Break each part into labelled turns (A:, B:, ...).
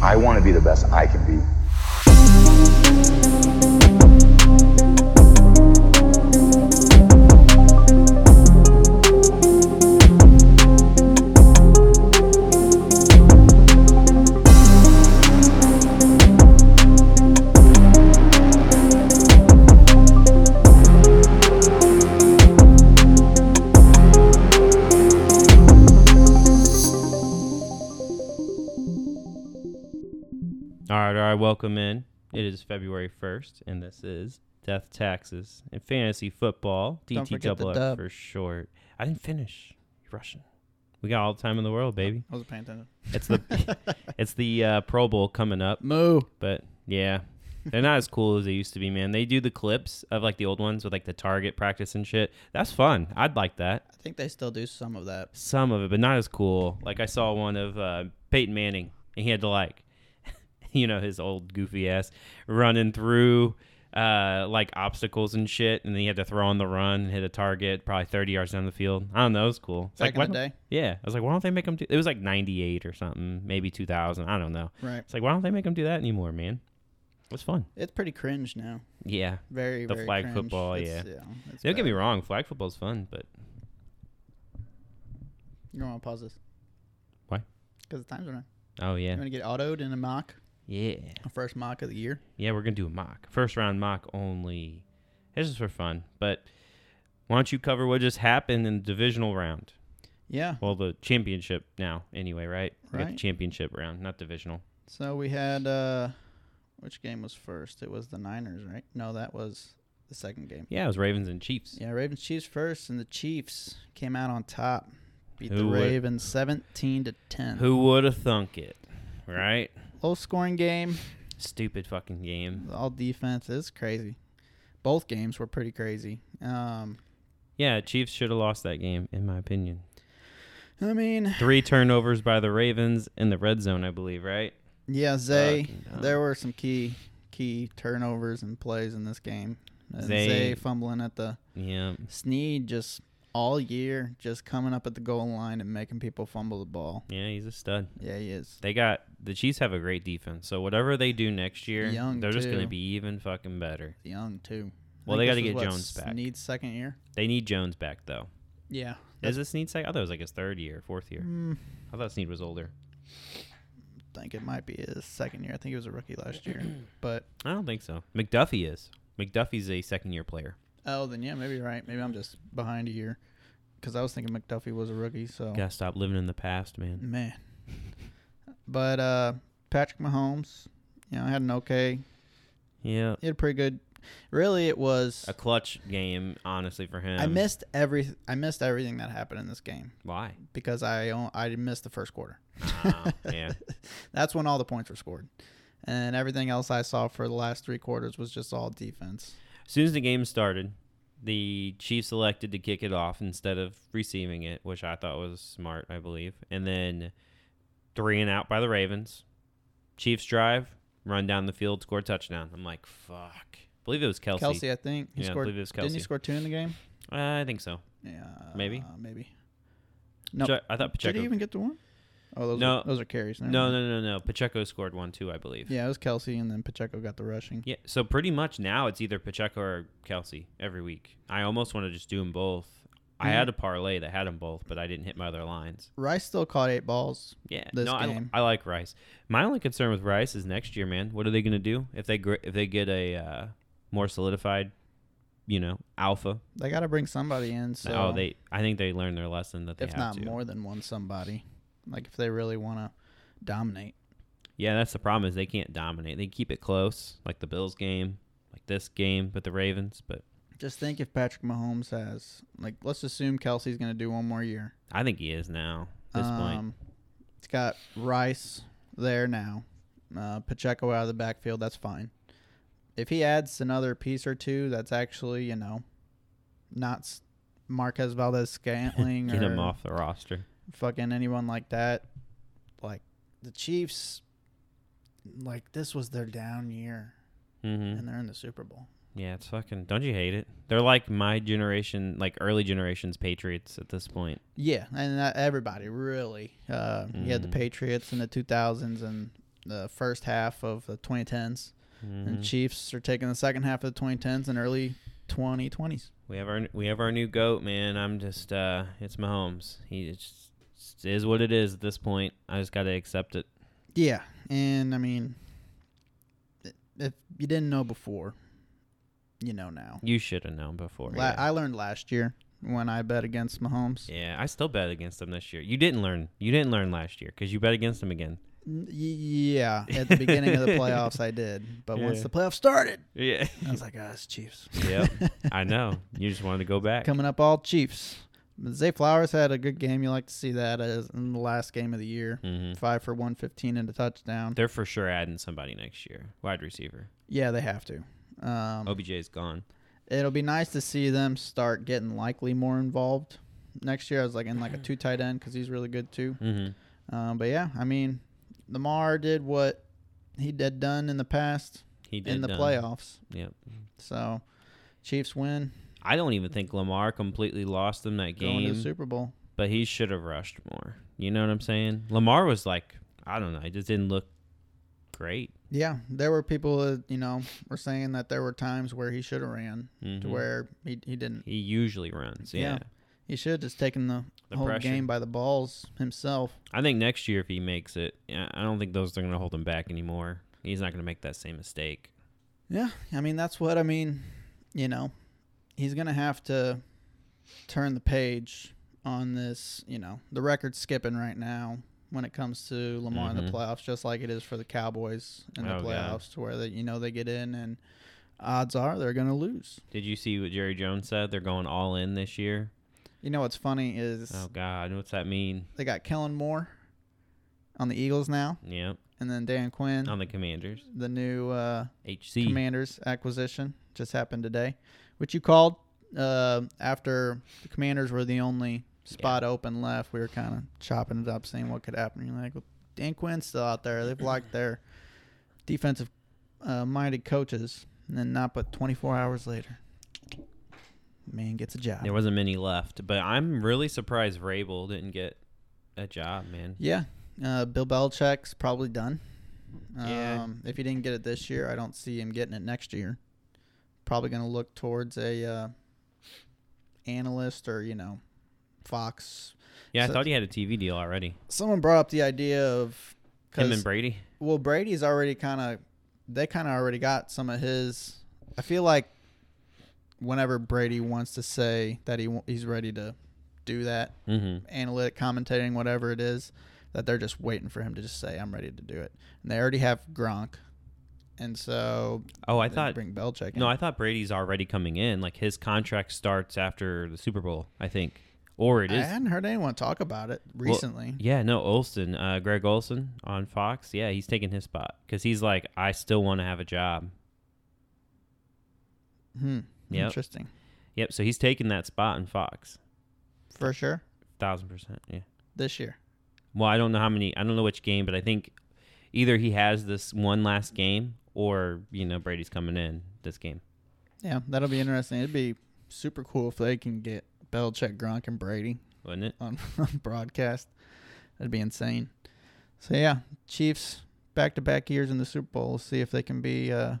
A: I want to be the best I can be.
B: All right, all right, welcome in. It is February 1st, and this is Death Taxes and Fantasy Football,
C: Don't forget the
B: DTFF
C: dub.
B: for short. I didn't finish. You're rushing. We got all the time in the world, baby.
C: I wasn't paying attention.
B: It's the it's the uh, Pro Bowl coming up,
C: Moo.
B: but yeah. They're not as cool as they used to be, man. They do the clips of like the old ones with like the target practice and shit. That's fun. I'd like that.
C: I think they still do some of that.
B: Some of it, but not as cool. Like I saw one of uh, Peyton Manning, and he had to like, you know, his old goofy ass running through uh, like obstacles and shit, and then he had to throw on the run and hit a target probably thirty yards down the field. I don't know, it was cool. It's
C: Back
B: why
C: in the
B: don't-
C: day.
B: yeah. I was like, why don't they make him do? It was like ninety eight or something, maybe two thousand. I don't know.
C: Right.
B: It's like why don't they make him do that anymore, man? It's fun.
C: It's pretty cringe now.
B: Yeah.
C: Very,
B: The
C: very
B: flag
C: cringe.
B: football,
C: It's-
B: yeah.
C: it's
B: Don't get
C: bad.
B: me wrong, flag football's fun, but
C: You want to pause this?
B: Why?
C: Because the time's running.
B: oh
C: You
B: yeah,
C: want to get autoed in a mock?
B: yeah.
C: A first mock of the year?
B: Yeah, we're gonna do a mock. First round mock only. This is for fun. But why don't you cover what just happened in the divisional round?
C: Yeah.
B: Well, the championship now, anyway, right? We got the
C: Right.
B: championship round, not divisional.
C: So we had, uh which game was first? It was the Niners, right? No, that was the second game.
B: Yeah, it was Ravens and Chiefs.
C: Yeah, Ravens Chiefs first, and the Chiefs came out on top. Beat the
B: Who would-
C: Ravens 17 to 10.
B: Who would have thunk it? Right?
C: Low scoring game.
B: Stupid fucking game.
C: all defense is crazy. Both games were pretty crazy. Um,
B: Yeah, Chiefs should have lost that game, in my opinion.
C: I mean,
B: Three turnovers by the Ravens in the red zone, I believe, right?
C: yeah, Zay.
B: Fucking dumb.
C: There were some key key turnovers and plays in this game. And
B: Zay-
C: Zay, fumbling at the
B: Yeah.
C: Sneed just all year, just coming up at the goal line and making people fumble the ball.
B: Yeah, he's a stud.
C: Yeah, he is.
B: They got the Chiefs have a great defense. So whatever they do next year,
C: Young,
B: they're just gonna
C: too.
B: be even fucking better.
C: Young too. I
B: Well,
C: think
B: they gotta
C: this is
B: get
C: what,
B: Jones back.
C: Sneed's second year.
B: They need Jones back though.
C: Yeah.
B: Is this Snead second? I thought it was like his third year, fourth year.
C: Mm,
B: I thought Snead was older.
C: I think it might be his second year. I think he was a rookie last year. But
B: I don't think so. McDuffie is. McDuffie's a second year player.
C: Oh, then yeah, maybe you're right. Maybe I'm just behind a year because I was thinking McDuffie was a rookie. So
B: Gotta stop living in the past, man.
C: man, but uh, Patrick Mahomes, you know, had an okay.
B: Yeah.
C: He had a pretty good. Really, it was.
B: A clutch game, honestly, for him.
C: I missed every. I missed everything that happened in this game
B: why?
C: because I o- I missed the first quarter.
B: Oh, yeah.
C: That's when all the points were scored, and everything else I saw for the last three quarters was just all defense.
B: As soon as the game started, the Chiefs elected to kick it off instead of receiving it, which I thought was smart, I believe. And then three and out by the Ravens. Chiefs drive, run down the field, score a touchdown. I'm like, fuck. believe it was Kelsey.
C: Kelsey, I think he
B: Yeah, I
C: scored.
B: believe it was
C: Didn't
B: Kelsey.
C: he score two in the game?
B: Uh, I think so.
C: Yeah,
B: Maybe.
C: maybe. No,
B: Pache- I thought
C: Did
B: Pacheco.
C: he even get the one? Oh, those
B: No.
C: are, those are carries. Never
B: no,
C: mind.
B: no, no, no. Pacheco scored one too, I believe.
C: Yeah, it was Kelsey, and then Pacheco got the rushing.
B: Yeah, so pretty much now it's either Pacheco or Kelsey every week. I almost want to just do them both. I
C: Mhm.
B: had a parlay that had them both, but I didn't hit my other lines.
C: Rice still caught eight balls.
B: Yeah,
C: This
B: no, I,
C: game.
B: I like Rice. My only concern with Rice is next year, man. What are they going to do if they gr- if they get a uh, more solidified, you know, alpha?
C: They got to bring somebody in. So
B: oh, they. I think they learned their lesson that they
C: if
B: have
C: not
B: to.
C: more than one somebody, like if they really want to dominate.
B: Yeah, that's the problem is they can't dominate. They keep it close, like the Bills game, like this game with the Ravens, but.
C: Just think if Patrick Mahomes has like let's assume Kelsey's going to do one more year.
B: I think he is now. At this point,
C: Um, it's got Rice there now. Uh, Pacheco out of the backfield. That's fine. If he adds another piece or two, that's actually you know, not s- Marquez Valdez Scantling
B: get him
C: or
B: off the roster.
C: fucking anyone like that. Like the Chiefs, like this was their down year,
B: Mm-hmm.
C: and they're in the Super Bowl.
B: Yeah, it's fucking. Don't you hate it? They're like my generation, like early generations Patriots at this point.
C: Yeah, and that, everybody really. Uh, You had the
B: Mhm.
C: Patriots in the 2000s and the first half of the 2010s, and
B: Mhm.
C: Chiefs are taking the second half of the 2010s and early 2020s.
B: We have our we have our new goat, man. I'm just uh, it's Mahomes. He it's just it is what it is at this point. I just got to accept it.
C: Yeah, and I mean, i- if you didn't know before, you know now.
B: You should have known before.
C: La-
B: Oh, yeah.
C: I learned last year when I bet against Mahomes.
B: Yeah, I still bet against them this year. You didn't learn. You didn't learn last year because you bet against them again.
C: N- y- Yeah, at the beginning of the playoffs I did, but once
B: Yeah.
C: the playoffs started,
B: Yeah.
C: I was like, ah, it's Chiefs.
B: yep. I know. You just wanted to go back.
C: Coming up, all Chiefs. Zay Flowers had a good game. You like to see that as in the last game of the year.
B: hmm
C: Five for 115 and a touchdown.
B: They're for sure adding somebody next year. Wide receiver.
C: Yeah, they have to. Um,
B: OBJ's gone.
C: It'll be nice to see them start getting likely more involved next year. I was like in like a two tight end because he's really good too.
B: Mm-hmm.
C: Um, but yeah, I mean, Lamar did what he had done in the past
B: He did
C: in the
B: done.
C: playoffs.
B: Yep.
C: So Chiefs win,
B: I don't even think Lamar completely lost them that
C: going to
B: game,
C: the Super Bowl.
B: but he should have rushed more. You know what I'm saying? Lamar was like, I don't know. He just didn't look great.
C: Yeah, there were people that you know were saying that there were times where he should have ran to
B: Mhm.
C: where he, he didn't.
B: He usually runs.
C: Yeah.
B: Yeah.
C: He should have just taken the,
B: The
C: whole
B: pressure.
C: game by the balls himself.
B: I think next year if he makes it, I I don't think those are going to hold him back anymore. He's not going to make that same mistake.
C: Yeah, I mean that's what I mean. You know, he's gonna have to turn the page on this. You know, the record skipping right now when it comes to Lamar in
B: Mhm.
C: the playoffs, just like it is for the Cowboys in the
B: Oh, God.
C: playoffs, to where they you know they get in and odds are they're gonna lose.
B: Did you see what Jerry Jones said? They're going all in this year.
C: You know what's funny is
B: Oh God, what's that mean?
C: they got Kellen Moore on the Eagles now,
B: Yep,
C: and then Dan Quinn,
B: on the Commanders.
C: the new uh,
B: HC.
C: Commanders acquisition, just happened today, which you called uh, after the Commanders were the only spot open left. We were kind of chopping it up, seeing what could happen. You're like, well, Dan Quinn's still out there. They've locked their defensive uh, minded coaches, and then not but 24 hours later, man gets a job.
B: there wasn't many left, but I'm really surprised Rabel didn't get a job, man.
C: Yeah, uh, Bill Belichick's probably done.
B: Yeah.
C: Um, if he didn't get it this year, I don't see him getting it next year. Probably going to look towards a uh, analyst or you know, Fox.
B: Yeah,
C: So-
B: I thought he had a TV deal already.
C: Someone brought up the idea of
B: Him
C: 'cause-
B: and Brady.
C: well, Brady's already kind of they kind of already got some of his. I feel like whenever Brady wants to say that he wa- he's ready to do that,
B: Mm-hmm.
C: analytic commentating, whatever it is, that they're just waiting for him to just say, "I'm ready to do it." And they already have Gronk, and so
B: Oh, I
C: they
B: thought
C: bring Belichick. In.
B: no, I thought Brady's already coming in. Like his contract starts after the Super Bowl, I think, or it
C: I
B: is.
C: hadn't heard anyone talk about it
B: Well,
C: recently.
B: yeah, no, Olson, uh, Greg Olson on Fox. Yeah, he's taking his spot because he's like, I still want to have a job.
C: hmm.
B: Yep.
C: Interesting,
B: Yep. So he's taking that spot in Fox.
C: for sure.
B: Thousand percent. Yeah.
C: This year,
B: Well, I don't know how many. I don't know which game, but I think either he has this one last game, or you know Brady's coming in this game.
C: yeah, that'll be interesting. It'd be super cool if they can get Belichick, Gronk, and Brady
B: Wasn't it?
C: on, on broadcast. That'd be insane. So yeah, Chiefs back to back years in the Super Bowl. We'll see if they can be uh,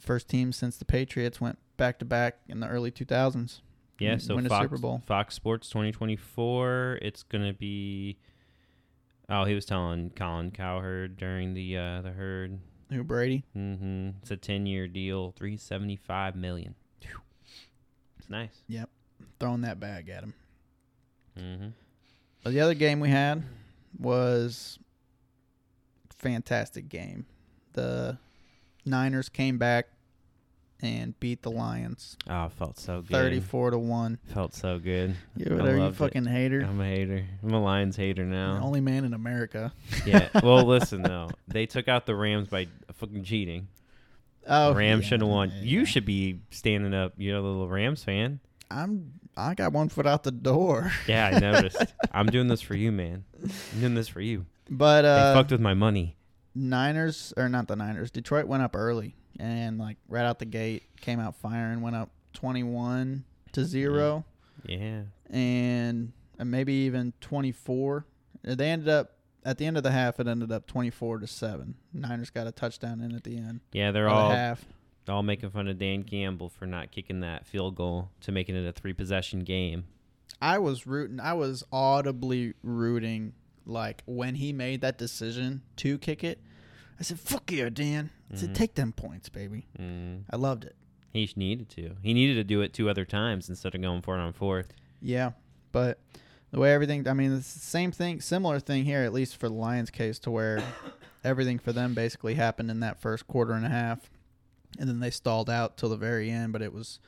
C: first team since the Patriots went back to back in the early 2000s.
B: Yeah.
C: Win-
B: So
C: win a
B: Fox,
C: Super Bowl.
B: Fox Sports 2024. It's gonna be. Oh, he was telling Colin Cowherd during the uh, the herd.
C: Who Brady?
B: Mm-hmm. It's a 10 year deal, 375 million. It's nice.
C: Throwing that bag at him.
B: Mm-hmm.
C: But the other game we had was fantastic game. The Niners came back and beat the Lions
B: Oh, it felt so good.
C: 34 to 1.
B: Felt so good.
C: Yeah,
B: I
C: whatever you
B: loved it.
C: fucking hater.
B: I'm a hater. I'm a Lions hater
C: You're
B: now.
C: the only man in America.
B: yeah. Well, listen though, they took out the Rams by fucking cheating.
C: Oh,
B: Rams
C: yeah,
B: should have won.
C: yeah,
B: You
C: yeah.
B: should be standing up. You're a little Rams fan.
C: I'm I got one foot out the door.
B: Yeah, I noticed. I'm doing this for you, man. I'm doing this for you.
C: But
B: They
C: uh
B: fucked with my money.
C: Niners or not the Niners. Detroit went up early and like right out the gate came out firing, went up 21 to 0
B: Yeah.
C: and, and maybe even 24. They ended up at the end of the half it ended up 24 to 7. Niners got a touchdown in at the end.
B: Yeah, they're
C: of the
B: all
C: half.
B: all making fun of Dan Campbell for not kicking that field goal to making it a three possession game.
C: I was rooting. I was audibly rooting. Like when he made that decision to kick it, I said, "Fuck you, Dan!" I said, "Take them points, baby."
B: Mm.
C: I loved it.
B: He sh- needed to. He needed to do it two other times instead of going for it on fourth.
C: Yeah, but the way everything. I mean, it's the same thing, similar thing here, at least for the Lions' case, to where everything for them basically happened in that first quarter and a half, and then they stalled out till the very end. But it was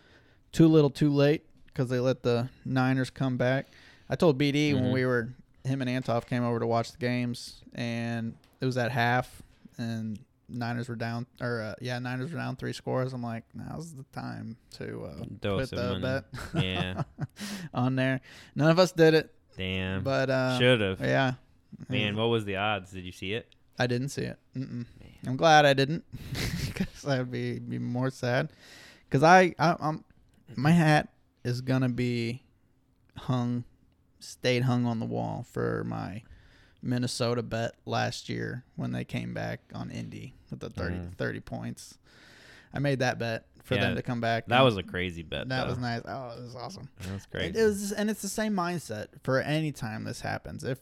C: too little, too late because they let the Niners come back. I told BD when
B: Mhm.
C: we were him and Antoff came over to watch the games, and it was at half, and Niners were down, or uh, yeah, Niners were down three scores. I'm like, now's the time to uh,
B: Throw
C: put
B: some
C: the
B: money.
C: bet
B: Yeah.
C: on there. None of us did it,
B: Damn.
C: but mm. uh,
B: Should have.
C: yeah,
B: Man, what was the odds? Did you see it?
C: I didn't see it. Mm-mm. I'm glad I didn't, because I'd be be more sad. Because I, I, I'm, my hat is gonna be hung, stayed hung on the wall for my Minnesota bet last year when they came back on Indy with the 30,
B: Mm.
C: 30 points. I made that bet for
B: Yeah,
C: them to come back.
B: That
C: and
B: was a crazy bet.
C: that
B: though.
C: was nice. Oh, it was awesome.
B: That was
C: It
B: crazy.
C: is, and it's the same mindset for any time this happens. If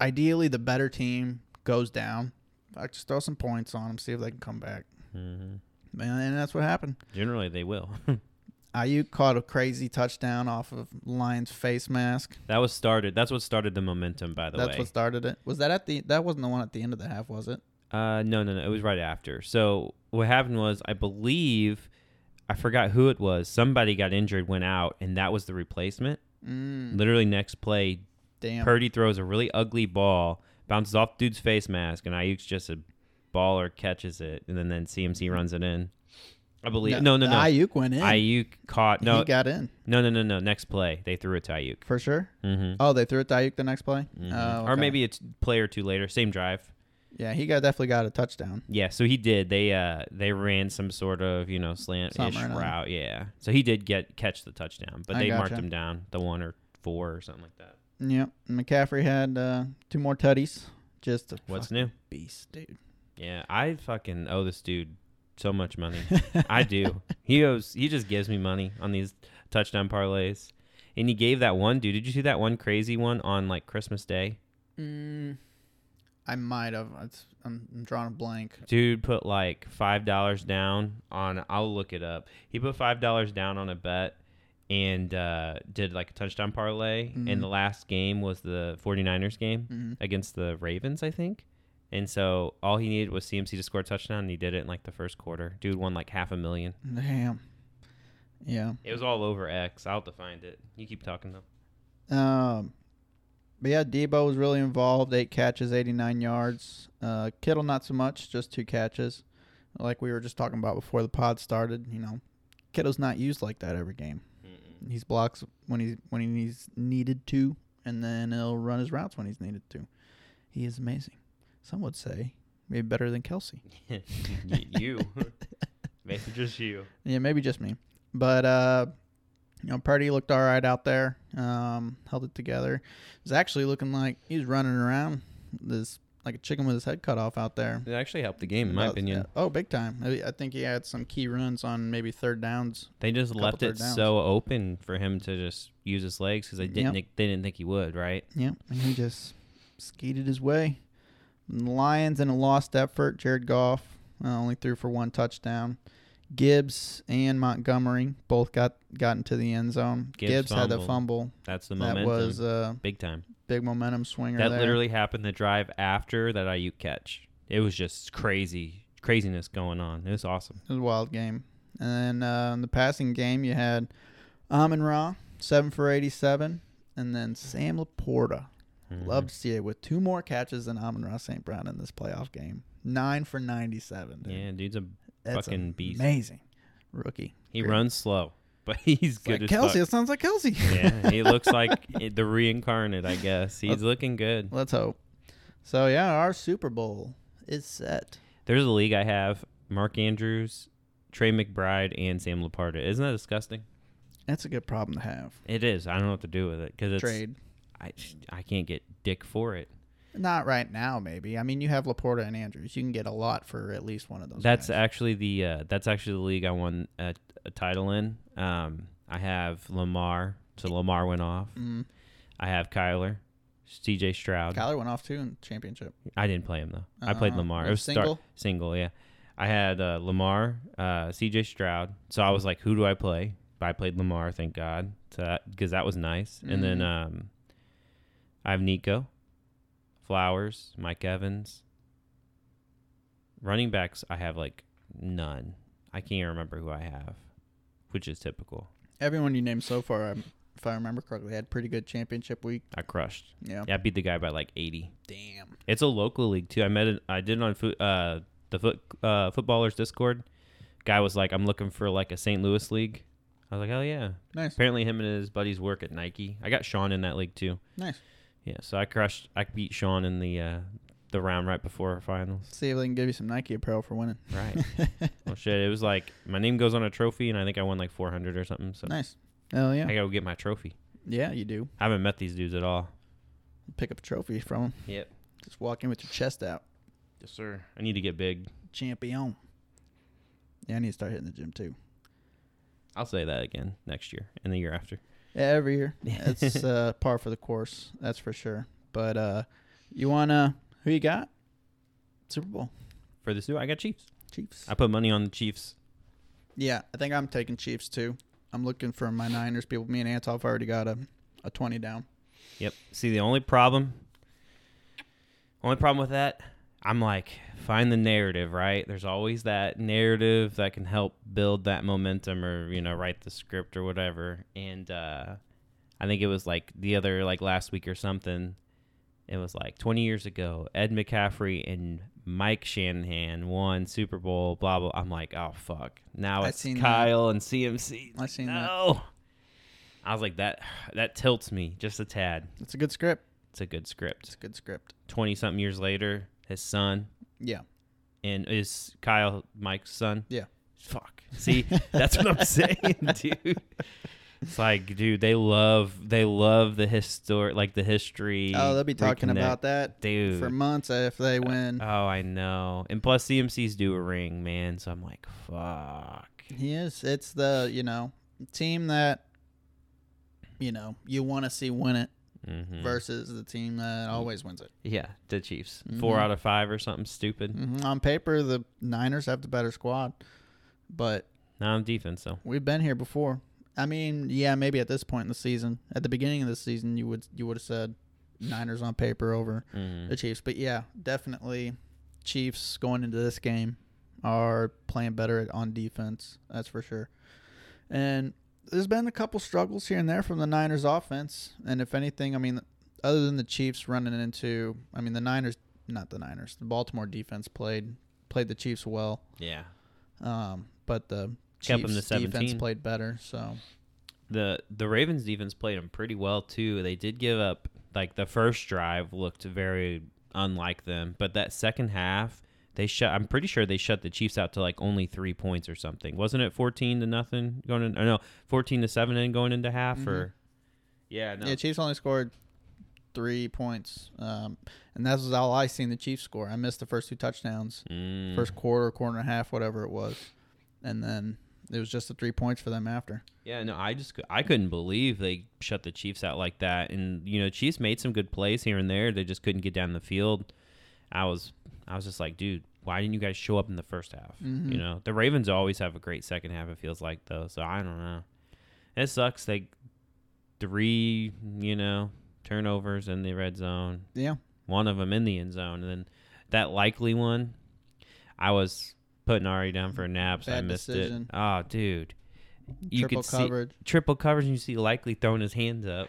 C: ideally the better team goes down, I just throw some points on them, see if they can come back.
B: hmm
C: Man, and that's what happened.
B: Generally, they will.
C: IU caught a crazy touchdown off of Lions face mask.
B: that was started. That's what started the momentum. By the
C: That's
B: way,
C: what started it. Was that at the? That wasn't the one at the end of the half, was it?
B: Uh, no, no, no. It was right after. So what happened was, I believe, I forgot who it was. Somebody got injured, went out, and that was the replacement.
C: Mm,
B: Literally next play,
C: damn.
B: Purdy throws a really ugly ball, bounces off dude's face mask, and Ayuk's just a baller catches it, and then then CMC runs it in. I believe. No, no, no. Ayuk,
C: Mm-hmm. Ayuk went in.
B: caught. No,
C: he got in
B: no, no, no, no. Next play, they threw it to Ayuk.
C: for sure.
B: Mm-hmm.
C: Oh, they threw it to Ayuk the next play. Oh,
B: Or
C: okay.
B: maybe it's play or two later, same drive.
C: yeah, he got definitely got a touchdown.
B: Yeah, so he did. They uh they ran some sort of you know slant ish
C: Something or another.
B: route. Yeah, so he did get catch the touchdown, but
C: I
B: they marked
C: gotcha.
B: him down the one or four or something like that.
C: Yep, McCaffrey had uh, two more tutties. Just a
B: What's
C: fucking
B: new?
C: beast, dude.
B: Yeah, I fucking owe this dude so much money. I do. He owes. He just gives me money on these touchdown parlays, and he gave that one dude. Did you see that one crazy one on like Christmas Day?
C: Mm, I might have. It's, I'm, I'm drawing a blank.
B: Dude put like five dollars down on. I'll look it up. He put five dollars down on a bet and uh, did like a touchdown parlay. And the last game was the 49ers game
C: Mm-hmm.
B: against the Ravens, I think. And so all he needed was CMC to score a touchdown, and he did it in like the first quarter. Dude won like half a million.
C: Damn. Yeah.
B: It was all over X. I'll have to find it. You keep talking though.
C: Um. But yeah, Debo was really involved. Eight catches, 89 yards. Uh, Kittle not so much, just two catches. Like we were just talking about before the pod started, you know, Kittle's not used like that every game. He's blocks when he's when he's needed to, and then he'll run his routes when he's needed to. He is amazing. Some would say maybe better than Kelsey.
B: Y- you, maybe just you.
C: Yeah, maybe just me. But uh you know, Purdy looked all right out there. Um, held it together. Was actually looking like he was running around this like a chicken with his head cut off out there.
B: It actually helped the game, in my
C: About-
B: opinion.
C: Oh, big time. I I think he had some key runs on maybe third downs.
B: They just
C: couple
B: left
C: third
B: it
C: downs.
B: so open for him to just use his legs because they didn't
C: Yep.
B: they didn't think he would, right?
C: Yeah, and he just skated his way. And the Lions in a lost effort. Jared Goff uh, only threw for one touchdown. Gibbs and Montgomery both got got into the end zone.
B: Gibbs
C: Gibbs, had the fumble.
B: That's the
C: That
B: momentum,
C: was uh,
B: big time.
C: big momentum swinger.
B: That
C: there.
B: literally happened the drive after that IU catch. It was just crazy craziness going on. It was awesome.
C: it was a wild game. And then uh, in the passing game, you had Amon Ra seven for eighty-seven, and then Sam Laporta.
B: Mm-hmm.
C: Love to see it with two more catches than Amon Ra St. Brown in this playoff game. Nine for ninety-seven. Dude.
B: Yeah, dude's a
C: That's
B: fucking beast.
C: Amazing rookie.
B: he
C: Great.
B: runs slow, but he's
C: It's
B: good
C: like
B: as
C: Kelsey.
B: fuck.
C: It sounds like Kelsey.
B: yeah, he looks like i- the reincarnate. I guess he's looking good.
C: Let's hope. So yeah, our Super Bowl is set.
B: There's a league I have: Mark Andrews, Trey McBride, and Sam Laporta. Isn't that disgusting?
C: That's a good problem to have.
B: It is. I don't know what to do with it because it's
C: Trade.
B: I I can't get dick for it.
C: Not right now, maybe. I mean, you have Laporta and Andrews. You can get a lot for at least one of those.
B: That's
C: guys.
B: actually the uh, that's actually the league I won a, a title in. Um, I have Lamar, so Lamar went off.
C: Mm.
B: I have Kyler, C.J. Stroud.
C: Kyler went off too in championship.
B: I didn't play him though. I played
C: Uh,
B: Lamar.
C: was
B: It was start-
C: single?
B: single, yeah. I had uh, Lamar, uh, C.J. Stroud. So I was like, who do I play? I played Lamar, thank God, because that was nice. And then um, I have Nico, Flowers, Mike Evans. Running backs, I have like none. I can't even remember who I have, which is typical.
C: Everyone you named so far, um, if I remember correctly, had pretty good championship week.
B: I crushed.
C: Yeah.
B: Yeah, I beat the guy by like eighty.
C: Damn.
B: It's a local league too. I met it. I did it on foot, uh, the foot uh, footballers Discord. Guy was like, "I'm looking for like a St. Louis league." I was like, "Oh yeah."
C: Nice.
B: Apparently, him and his buddies work at Nike. I got Sean in that league too.
C: Nice.
B: Yeah, so I crushed. I beat Sean in the uh, the round right before our finals.
C: See if they can give you some Nike apparel for winning.
B: Right. well, shit. It was like my name goes on a trophy, and I think I won like 400 or something. So
C: Nice. Oh
B: I
C: yeah.
B: gotta go get my trophy.
C: Yeah, you do.
B: I haven't met these dudes at all.
C: Pick up a trophy from 'em.
B: Yep.
C: Just walk in with your chest out.
B: Yes, sir. I need to get big.
C: Champion. Yeah, I need to start hitting the gym too.
B: I'll say that again next year and the year after.
C: Yeah, every year. It's uh, par for the course, that's for sure. But uh, you wanna who you got? Super Bowl
B: For the Super, I got Chiefs.
C: Chiefs.
B: I put money on the Chiefs.
C: yeah, I think I'm taking Chiefs too. I'm looking for my Niners people. Me and Antoff already got a a twenty down.
B: Yep. See, the only problem, only problem with that, I'm like, find the narrative, right? There's always that narrative that can help build that momentum, or you know, write the script or whatever. And uh, I think it was like the other, like last week or something. It was like 20 years ago. Ed McCaffrey and Mike Shanahan won Super Bowl. Blah blah. I'm like, oh fuck. Now
C: I
B: it's
C: seen that.
B: Kyle and CMC.
C: I seen that.
B: no. I was like that. That tilts me just a tad.
C: It's a good script.
B: It's a good
C: It's
B: script.
C: a good script.
B: Twenty something years later, his son
C: Yeah.
B: and is Kyle Mike's son.
C: Yeah.
B: Fuck. See, that's what I'm saying, dude. It's like, dude, they love they love the histor like the history.
C: Oh, they'll be talking
B: reconnect.
C: about that
B: dude.
C: for months if they win.
B: oh, I know. And plus, CMC's do a ring, man. So I'm like, fuck.
C: He is. It's the you know team that you know you want to see win it
B: hmm
C: versus the team that always wins it.
B: Yeah, the Chiefs.
C: Mm-hmm.
B: Four out of five or something stupid.
C: hmm On paper, the Niners have the better squad, but
B: Now I'm defense, so
C: we've been here before. I mean, yeah, maybe at this point in the season, at the beginning of the season, you would you would have said Niners on paper over
B: mm.
C: the Chiefs, but yeah, definitely Chiefs going into this game are playing better on defense. That's for sure. And there's been a couple struggles here and there from the Niners offense. And if anything, I mean, other than the Chiefs running into, I mean, the Niners, not the Niners, the Baltimore defense played played the Chiefs well.
B: yeah.
C: Um, but the
B: Kept 'em
C: Chiefs
B: to
C: defense
B: 17.
C: played better. So
B: the the Ravens defense played them pretty well too. They did give up like the first drive looked very unlike them, but that second half they shut. I'm pretty sure they shut the Chiefs out to like only three points or something. Wasn't it 14 to nothing going in? Or no, 14 to seven and going into half or yeah, no,
C: Mm-hmm. yeah, Chiefs only scored three points, um, and that was all I seen the Chiefs score. I missed the first two touchdowns.
B: Mm,
C: first quarter, quarter and a half, whatever it was, and then it was just the three points for them after.
B: yeah, no. I just cou- I couldn't believe they shut the Chiefs out like that. And you know, Chiefs made some good plays here and there. They just couldn't get down the field. I was I was just like, dude, why didn't you guys show up in the first half?
C: Mm-hmm.
B: You know, the Ravens always have a great second half. It feels like though, so I don't know. It sucks. They three, you know, turnovers in the red zone.
C: Yeah,
B: One of them in the end zone, and then that likely one. I was putting Ari down for a nap, so I
C: Bad
B: missed
C: decision.
B: it. Oh, dude, you
C: triple
B: could
C: coverage.
B: see triple coverage, and you see likely throwing his hands up.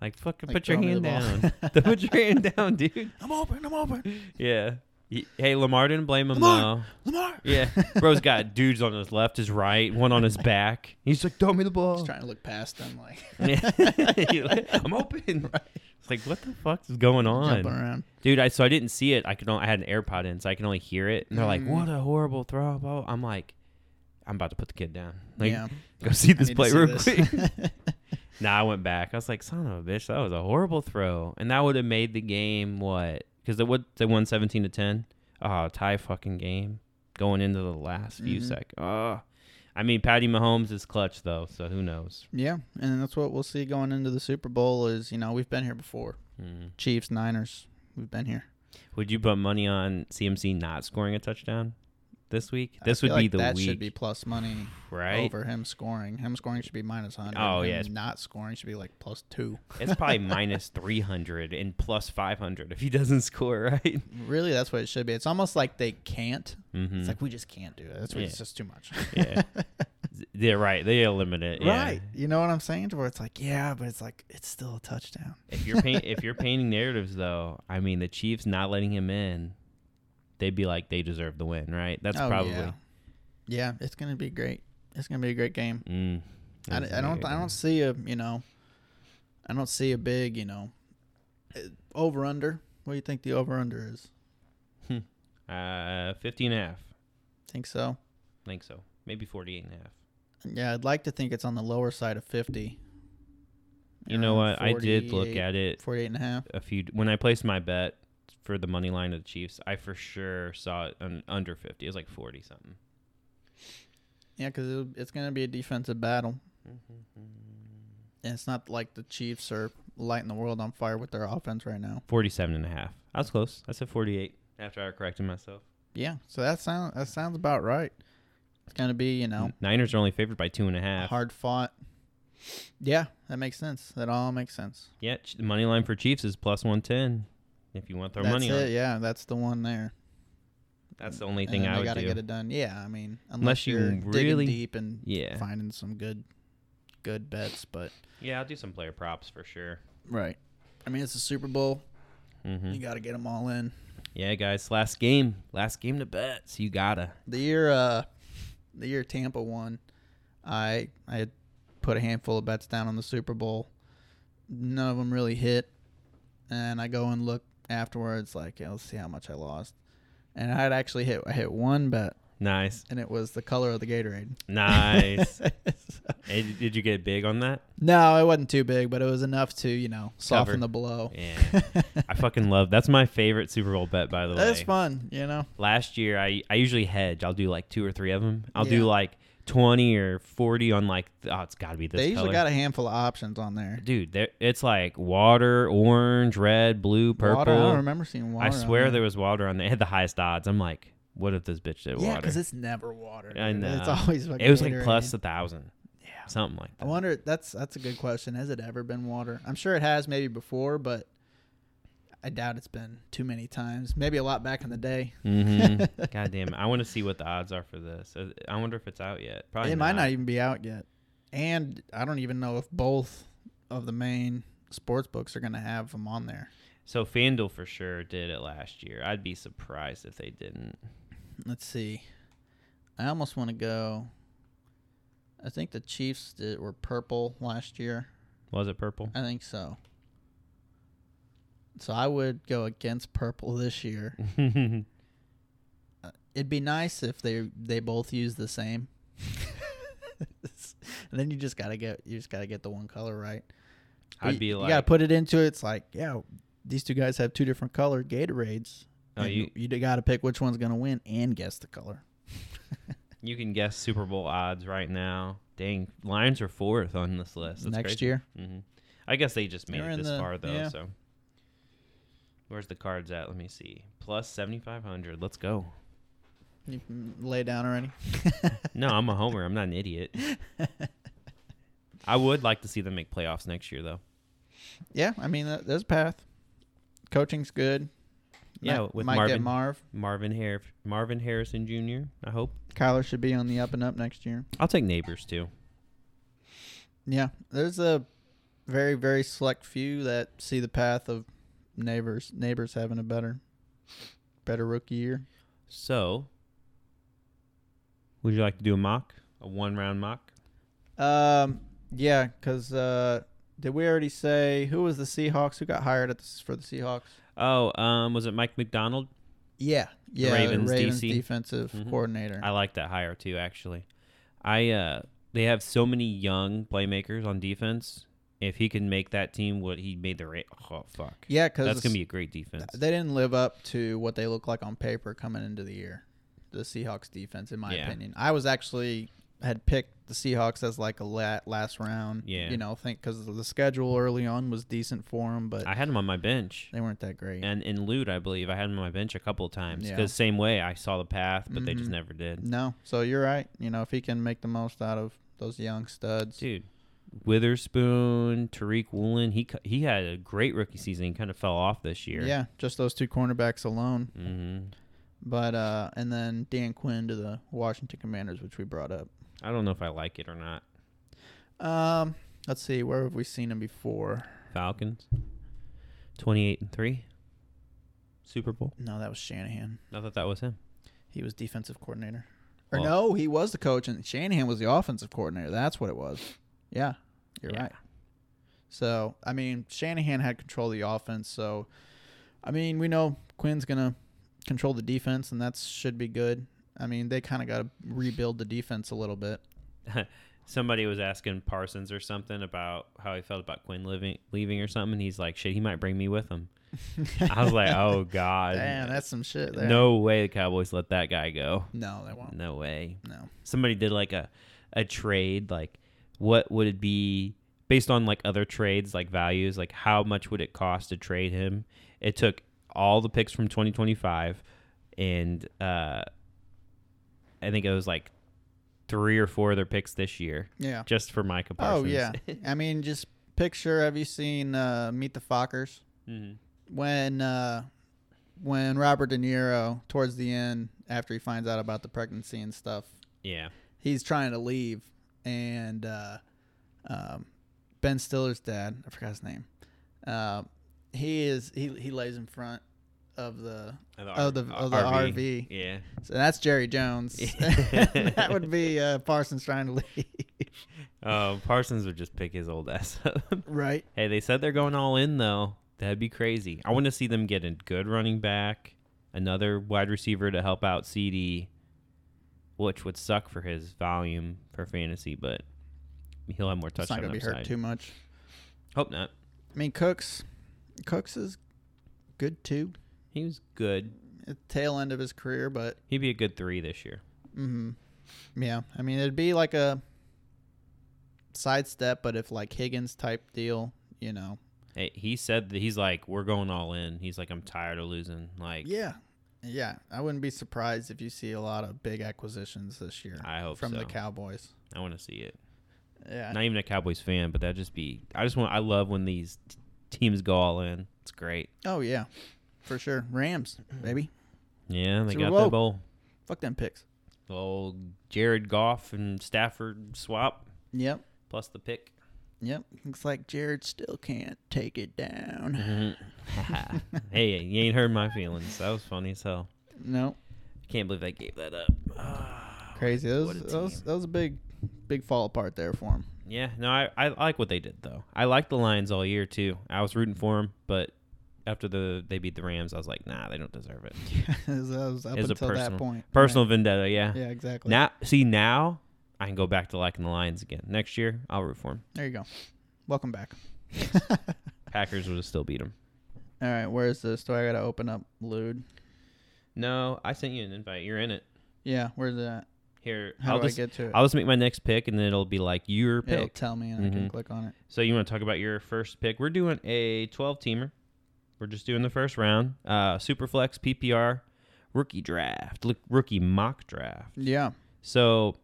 B: Like fucking
C: Like,
B: put your
C: throw me
B: hand
C: the
B: down. put your hand down, dude.
C: I'm open. I'm open.
B: Yeah. Y- Hey, Lamar didn't blame him
C: Lamar!
B: though.
C: Lamar.
B: Yeah, bro's got dudes on his left, his right, one on his back. He's like, "Throw me the
C: He's
B: ball."
C: trying to look past them, like
B: Yeah. You're like, I'm open. It's like, what the fuck is going on,
C: jumping around.
B: dude? I so I didn't see it. I could only, I had an AirPod in, so I can only hear it. And they're
C: Mm.
B: like, "What a horrible throw!" Blah, blah. I'm like, I'm about to put the kid down. Like,
C: yeah.
B: go see
C: I
B: this
C: need to
B: play
C: see
B: real
C: this.
B: quick. Nah, I went back. I was like, son of a bitch, that was a horrible throw, and that would have made the game what? Because they would they won seventeen to ten. Oh, tie fucking game going into the last few
C: Mhm.
B: sec. Oh, I mean, Patty Mahomes is clutch though, so who knows?
C: yeah, and that's what we'll see going into the Super Bowl. Is you know we've been here before.
B: Mm.
C: Chiefs, Niners, we've been here.
B: Would you put money on CMC not scoring a touchdown this week?
C: I
B: This would
C: feel
B: be
C: like
B: the
C: that
B: week,
C: should be plus money
B: right?
C: over him scoring. Him scoring should be minus hundred.
B: Oh,
C: him
B: yeah, it's-
C: not scoring should be like plus two.
B: It's probably minus three hundred and plus five hundred if he doesn't score, right?
C: Really, that's what it should be. It's almost like they can't.
B: Mm-hmm.
C: It's like we just can't do it. That's what
B: Yeah.
C: it's just too much.
B: yeah, they're right. They eliminate it. yeah.
C: Right. You know what I'm saying? To where it's like, yeah, but it's like it's still a touchdown.
B: If you're paint, if you're painting narratives, though, I mean, the Chiefs not letting him in, they'd be like they deserve the win, right? That's
C: Oh,
B: probably.
C: Yeah. Yeah, it's gonna be great. It's gonna be a great game.
B: Mm,
C: I,
B: That's
C: I don't.
B: good.
C: I don't see a. You know, I don't see a big. You know, over under. What do you think the over under is?
B: Uh, 50 and a half.
C: Think so?
B: I think so. Maybe 48 and a half.
C: Yeah, I'd like to think it's on the lower side of fifty.
B: You know
C: Around
B: what? I did look
C: 48
B: at it
C: 48 and a half.
B: a few when I placed my bet for the money line of the Chiefs. I for sure saw it on under 50. It was like 40 something.
C: Yeah, because it's going to be a defensive battle, Mm-hmm. and it's not like the Chiefs are lighting the world on fire with their offense right now.
B: 47 and a half. I was close. I said 48 after I corrected myself.
C: Yeah, so that sounds that sounds about right. It's going to be you know
B: Niners are only favored by two and a half.
C: hard fought. Yeah, that makes sense. That all makes sense.
B: Yeah, ch- the money line for Chiefs is plus one ten. If you want to throw
C: that's
B: money
C: it.
B: on, it.
C: Yeah, that's the one there.
B: that's the only
C: And
B: thing
C: then
B: I
C: they
B: would
C: gotta
B: do.
C: get it done. Yeah, I mean,
B: Unless
C: unless,
B: you
C: you're
B: really-
C: digging deep and
B: Yeah,
C: finding some good, good bets. But
B: yeah, I'll do some player props for sure.
C: right, I mean, it's a Super Bowl.
B: hmm
C: You got to get them all in.
B: Yeah, guys, last game, last game to bet, so you gotta.
C: The year, uh, the year Tampa won, I I had put a handful of bets down on the Super Bowl. None of them really hit, and I go and look afterwards, like, yeah, let's see how much I lost. And I had actually hit I hit one bet,
B: Nice,
C: and it was the color of the Gatorade.
B: nice. Hey, d- did you get big on that?
C: No, it wasn't too big, but it was enough to, you know, soften
B: Cover.
C: the blow.
B: Yeah, I fucking love. That's my favorite Super Bowl bet, by the way.
C: That's fun, you know.
B: Last year, I I usually hedge. I'll do like two or three of them. I'll
C: Yeah.
B: do like twenty or forty on like. th- Oh, it's got to be this.
C: they usually
B: color.
C: got a handful of options on there.
B: dude there it's like water orange red blue purple
C: Water, I don't remember seeing water.
B: I swear
C: on
B: there was water on there it had the highest odds i'm like what if this bitch did
C: Yeah,
B: water
C: because it's never water.
B: I
C: dude. It's
B: know.
C: always fucking
B: it was like
C: Gatorade.
B: plus a thousand
C: Yeah.
B: something like
C: I
B: that
C: wonder. That's that's a good question. Has it ever been water? I'm sure it has, maybe before, but I doubt it's been too many times. Maybe a lot back in the day.
B: hmm god damn it i want to see what the odds are for this Uh, i wonder if it's out yet probably
C: it might not e- even be out yet, and I don't even know if both of the main sports books are gonna have them on there.
B: so fanduel for sure did it last year i'd be surprised if they didn't
C: Let's see. I almost want to go. I think the Chiefs did, were purple last year.
B: was it purple
C: I think so. So I would go against purple this year. It'd be nice if they they both use the same. and then you just gotta get you just gotta get the one color right. But
B: i'd
C: you-
B: be
C: you
B: like
C: gotta put it into it. It's like yeah, these two guys have two different colored Gatorades.
B: Oh,
C: and
B: you-
C: you gotta pick which one's gonna win and guess the color.
B: you can guess super bowl odds right now dang lions are fourth on this list That's
C: Next
B: crazy.
C: year,
B: hmm I guess they just made
C: They're
B: it
C: in
B: this
C: the-
B: far though.
C: yeah.
B: So where's the cards at? Let me see. Plus seventy five hundred. Let's go.
C: you can lay down already.
B: No, I'm a homer. I'm not an idiot. I would like to see them make playoffs next year though.
C: Yeah, I mean, th- there's a path. Coaching's good.
B: Yeah,
C: Might-
B: with
C: might
B: Marvin.
C: get Marv.
B: Marvin Har- Marvin Harrison Jr. I hope.
C: Kyler should be on the up and up next year.
B: I'll take neighbors too.
C: Yeah, there's a very very select few that see the path of neighbors neighbors having a better better rookie year.
B: So, would you like to do a mock, a one round mock?
C: Um, yeah, because uh, did we already say who was the Seahawks? Who got hired at this for the Seahawks?
B: Oh, um, was it Mike McDonald?
C: Yeah, yeah,
B: Ravens
C: Ravens,
B: DC.
C: defensive
B: Mhm.
C: coordinator.
B: I like that hire too. Actually, I uh, they have so many young playmakers on defense. If he can make that team what he made the rate, oh fuck,
C: yeah, because
B: that's gonna be a great defense.
C: They didn't live up to what they look like on paper coming into the year. The Seahawks defense, in my
B: Yeah.
C: opinion, I was actually had picked the Seahawks as like a la- last round.
B: Yeah.
C: you know, I think because the schedule early on was decent for them, but
B: I had him on my bench.
C: they weren't that great.
B: And in loot, I believe I had him on my bench a couple of times
C: Yeah. Mm-hmm.
B: because same way I saw the path, but they just never did.
C: No, so you're right. You know, if he can make the most out of those young studs,
B: Dude, Witherspoon, Tariq Woolen, he cu- he had a great rookie season. He kind of fell off this year.
C: yeah, just those two cornerbacks alone.
B: hmm
C: But uh, and then Dan Quinn to the Washington Commanders, which we brought up.
B: I don't know if I like it or not.
C: Um, let's see, where have we seen him before?
B: Falcons, twenty-eight and three, Super Bowl.
C: No, that was Shanahan.
B: I thought that was him.
C: He was defensive coordinator. Or
B: Well-
C: no, he was the coach, and Shanahan was the offensive coordinator. That's what it was. Yeah, you're
B: Yeah.
C: right. So I mean, Shanahan had control of the offense. So I mean, we know Quinn's gonna control the defense, and that should be good. I mean, they kind of got to rebuild the defense a little bit.
B: Somebody was asking Parsons or something about how he felt about Quinn living, leaving or something. And he's like, shit, he might bring me with him. I was like, oh, God.
C: Damn, that's some shit. There.
B: No way the Cowboys let that guy go.
C: no, they won't.
B: No way.
C: No.
B: Somebody did like a a trade like what would it be based on like other trades like values like how much would it cost to trade him? It took all the picks from 2025 and uh I think it was like three or four of their picks this year
C: Yeah.
B: just for Micah
C: Oh
B: Parsons.
C: yeah. I mean, just picture. Have you seen uh, Meet the Fockers?
B: Mhm.
C: when uh, when Robert De Niro towards the end after he finds out about the pregnancy and stuff,
B: Yeah.
C: he's trying to leave, and uh, um, Ben Stiller's dad, I forgot his name, uh, he is he he lays in front of the Oh, the- oh, the RV.
B: Yeah.
C: so that's Jerry Jones. that would be uh, Parsons trying to leave,
B: Oh, Parsons would just pick his old ass up.
C: right?
B: Hey, they said they're going all in though. That'd be crazy. I want to see them get a good running back, another wide receiver to help out CD, which would suck for his volume for fantasy, but he'll have more
C: It's not
B: touchdown
C: gonna be
B: upside.
C: hurt too much.
B: Hope not.
C: I mean, Cooks, Cooks is good too.
B: He was good.
C: At the tail end of his career, but
B: He'd be a good three this year.
C: hmm Yeah, I mean it'd be like a sidestep, but if like Higgins type deal, you know.
B: Hey, he said that he's like, we're going all in. He's like, I'm tired of losing. Like,
C: Yeah, yeah. I wouldn't be surprised if you see a lot of big acquisitions this year
B: I hope
C: from
B: so.
C: the Cowboys.
B: I want to see it.
C: Yeah,
B: Not even a Cowboys fan, but that'd just be. I just want. I love when these t- teams go all in. It's great.
C: Oh yeah, for sure. Rams,
B: Mm-hmm.
C: baby.
B: Yeah, they
C: Super
B: got
C: Bowl.
B: their bowl.
C: Fuck them picks.
B: old Jared Goff and Stafford swap
C: Yep,
B: plus the pick.
C: yep. Looks like Jared still can't take it down.
B: hey, you ain't heard my feelings. That was funny as hell.
C: No,
B: Can't believe they gave that up. Ah,
C: crazy. That
B: Mm-hmm. what
C: was
B: a
C: that was,
B: team.
C: that was a big, big fall apart there for him.
B: yeah, no, I, I like what they did though. I liked the Lions all year too. I was rooting for them, but after the they beat the Rams, I was like, nah, they don't deserve it.
C: that was up
B: It's a
C: until that
B: personal
C: point.
B: personal vendetta. Yeah.
C: Yeah, exactly.
B: Now, see now, I can go back to liking the Lions again. Next year, I'll root for them.
C: There you go. Welcome back.
B: Packers would have still beat them.
C: All right, where's this? Do I gotta open up Lude?
B: No, I sent you an invite. You're in it.
C: Yeah, where's that?
B: Here,
C: How
B: I'll
C: do
B: just
C: I get to it?
B: I'll just make my next pick, and then it'll be like your
C: It'll
B: pick.
C: tell me, and I can
B: Mhm.
C: click on it.
B: So you want to talk about your first pick? We're doing a 12-teamer. We're just doing the first round. Uh, Superflex PPR rookie draft, look, rookie mock draft.
C: Yeah,
B: So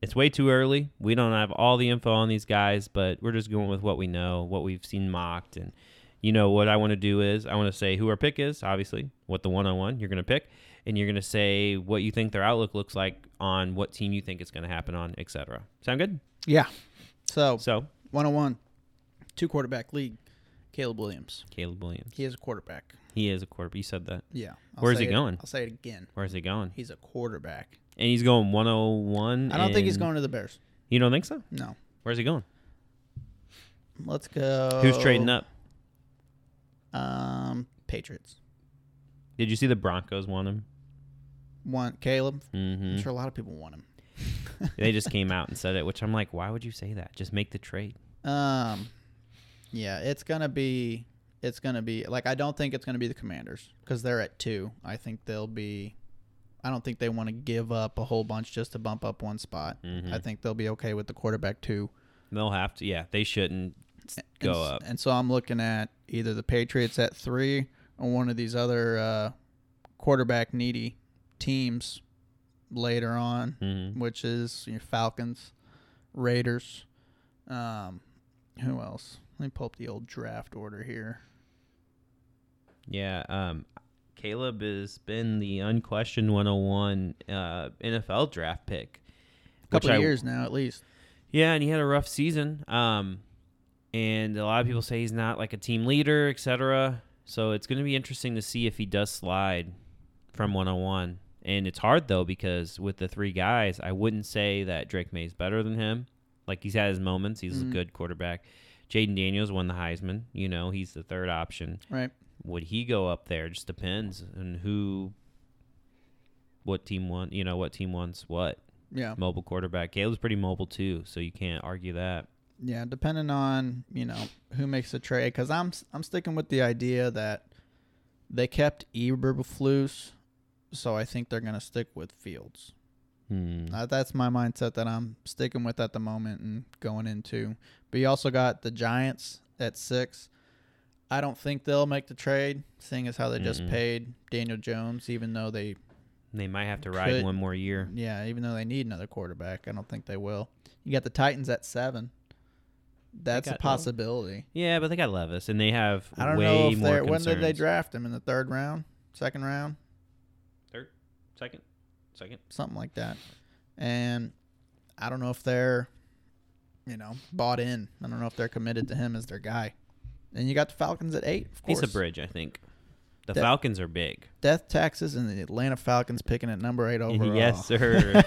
B: it's way too early. We don't have all the info on these guys, but we're just going with what we know, what we've seen mocked, and you know what I want to do is I want to say who our pick is, obviously, what the one on one you're going to pick, and you're going to say what you think their outlook looks like on what team you think it's going to happen on, etc. Sound good?
C: yeah. So,
B: So
C: 101, two quarterback league. Caleb Williams.
B: Caleb Williams.
C: He is a quarterback.
B: He is a quarterback. You said that.
C: Yeah. I'll
B: Where's he
C: say it-
B: going?
C: I'll say it again.
B: Where's he going?
C: He's a quarterback.
B: And he's going 101.
C: I don't think he's
B: and-
C: going to the Bears.
B: You don't think so?
C: No.
B: Where's he going?
C: Let's go.
B: Who's trading up?
C: Um, Patriots.
B: Did you see the Broncos want him?
C: Want Caleb?
B: hmm
C: I'm sure a lot of people want him.
B: they just came out and said it, which I'm like, why would you say that? Just make the trade.
C: Um, yeah, it's gonna be. It's gonna be like I don't think it's gonna be the Commanders because they're at two. I think they'll be. I don't think they want to give up a whole bunch just to bump up one spot.
B: Mm-hmm.
C: I think they'll be okay with the quarterback two.
B: They'll have to. Yeah, they shouldn't s- go
C: and, s-
B: up.
C: And so I'm looking at either the Patriots at three or one of these other uh, quarterback needy teams later on,
B: Mhm.
C: which is you know, Falcons, Raiders. Um, who else? Let me pull up the old draft order here.
B: Yeah. Um, Caleb has been the unquestioned 101 uh, NFL draft pick.
C: A couple
B: which
C: of
B: I-
C: years now, at least.
B: Yeah, and he had a rough season. Um, and a lot of people say he's not like a team leader, etc. So it's going to be interesting to see if he does slide from 101. And it's hard though because with the three guys, I wouldn't say that Drake May's better than him. Like he's had his moments. He's a good quarterback. Jaden Daniels won the Heisman. You know, he's the third option.
C: Right.
B: Would he go up there? It just depends on who, what team won. You know, what team wants what
C: Yeah.
B: mobile quarterback. Caleb's pretty mobile too, so you can't argue that.
C: Yeah, depending on you know who makes the trade, because I'm I'm sticking with the idea that they kept Eberflus, so I think they're gonna stick with Fields.
B: Hmm.
C: Uh, that's my mindset that I'm sticking with at the moment and going into. But you also got the Giants at six. I don't think they'll make the trade, seeing as how they just
B: Mm-mm.
C: paid Daniel Jones, even though they
B: They might have to ride
C: Could-
B: one more year.
C: yeah, even though they need another quarterback, I don't think they will. You got the Titans at seven. That's a
B: got-
C: possibility.
B: Yeah, but they got Levis, and they have
C: I don't
B: way
C: know if
B: more
C: they when did they
B: concerns.
C: draft him in the third round, second round,
B: Third, second, second.
C: something like that. And I don't know if they're you know bought in. I don't know if they're committed to him as their guy. And you got the Falcons at eight, of course.
B: He's a bridge, I think. The
C: That-
B: Falcons are big.
C: Death taxes and the Atlanta Falcons picking at number eight overall.
B: Yes, sir.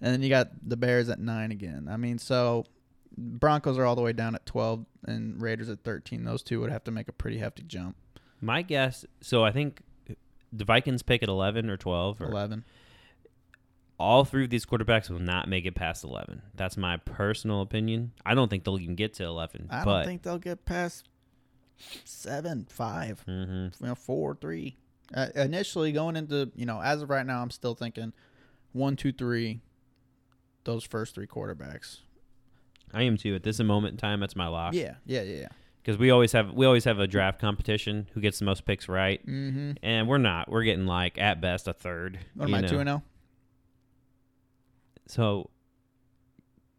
C: And then you got the Bears at nine again. I mean, so Broncos are all the way down at twelve, and Raiders at thirteen. Those two would have to make a pretty hefty jump.
B: My guess. So I think the Vikings pick at eleven or twelve. Or
C: Eleven.
B: All three of these quarterbacks will not make it past eleven. That's my personal opinion. I don't think they'll even get to eleven.
C: I
B: but
C: don't think they'll get past seven, five,
B: Mhm.
C: you know, four, three. Uh, initially, going into you know, as of right now, I'm still thinking one, two, three. Those first three quarterbacks.
B: I am too. At this moment in time, that's my lock.
C: Yeah, yeah, yeah.
B: because we always have we always have a draft competition who gets the most picks right,
C: Mm-hmm.
B: and we're not. We're getting like at best a third.
C: What am
B: you
C: I
B: know?
C: two and oh? zero?
B: So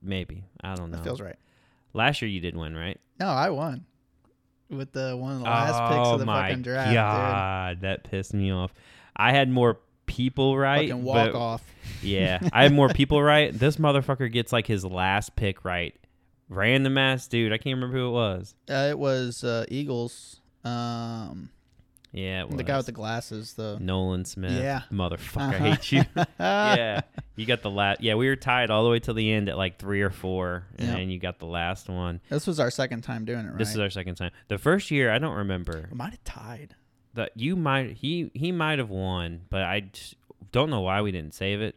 B: maybe I don't know.
C: That feels right.
B: Last year you did win, right?
C: No, I won with the one of the last picks
B: oh
C: of the
B: my
C: fucking draft,
B: god, that pissed me off. I had more people right.
C: dude. Fucking
B: but-
C: walk off.
B: yeah, I had more people right. This motherfucker gets like his last pick right. Random ass dude. I can't remember who it was.
C: Uh, it was uh, Eagles. Um,
B: Yeah, it was.
C: the guy with the glasses. The
B: Nolan Smith.
C: Yeah.
B: Motherfucker, I
C: Uh-huh.
B: hate you. yeah. You got the last. Yeah, we were tied all the way till the end at like three or four, and
C: Yeah.
B: then you got the last one.
C: This was our second time doing it, right?
B: This is our second time. The first year, I don't remember.
C: We might have tied.
B: That you might he he might have won, but I just don't know why we didn't save it.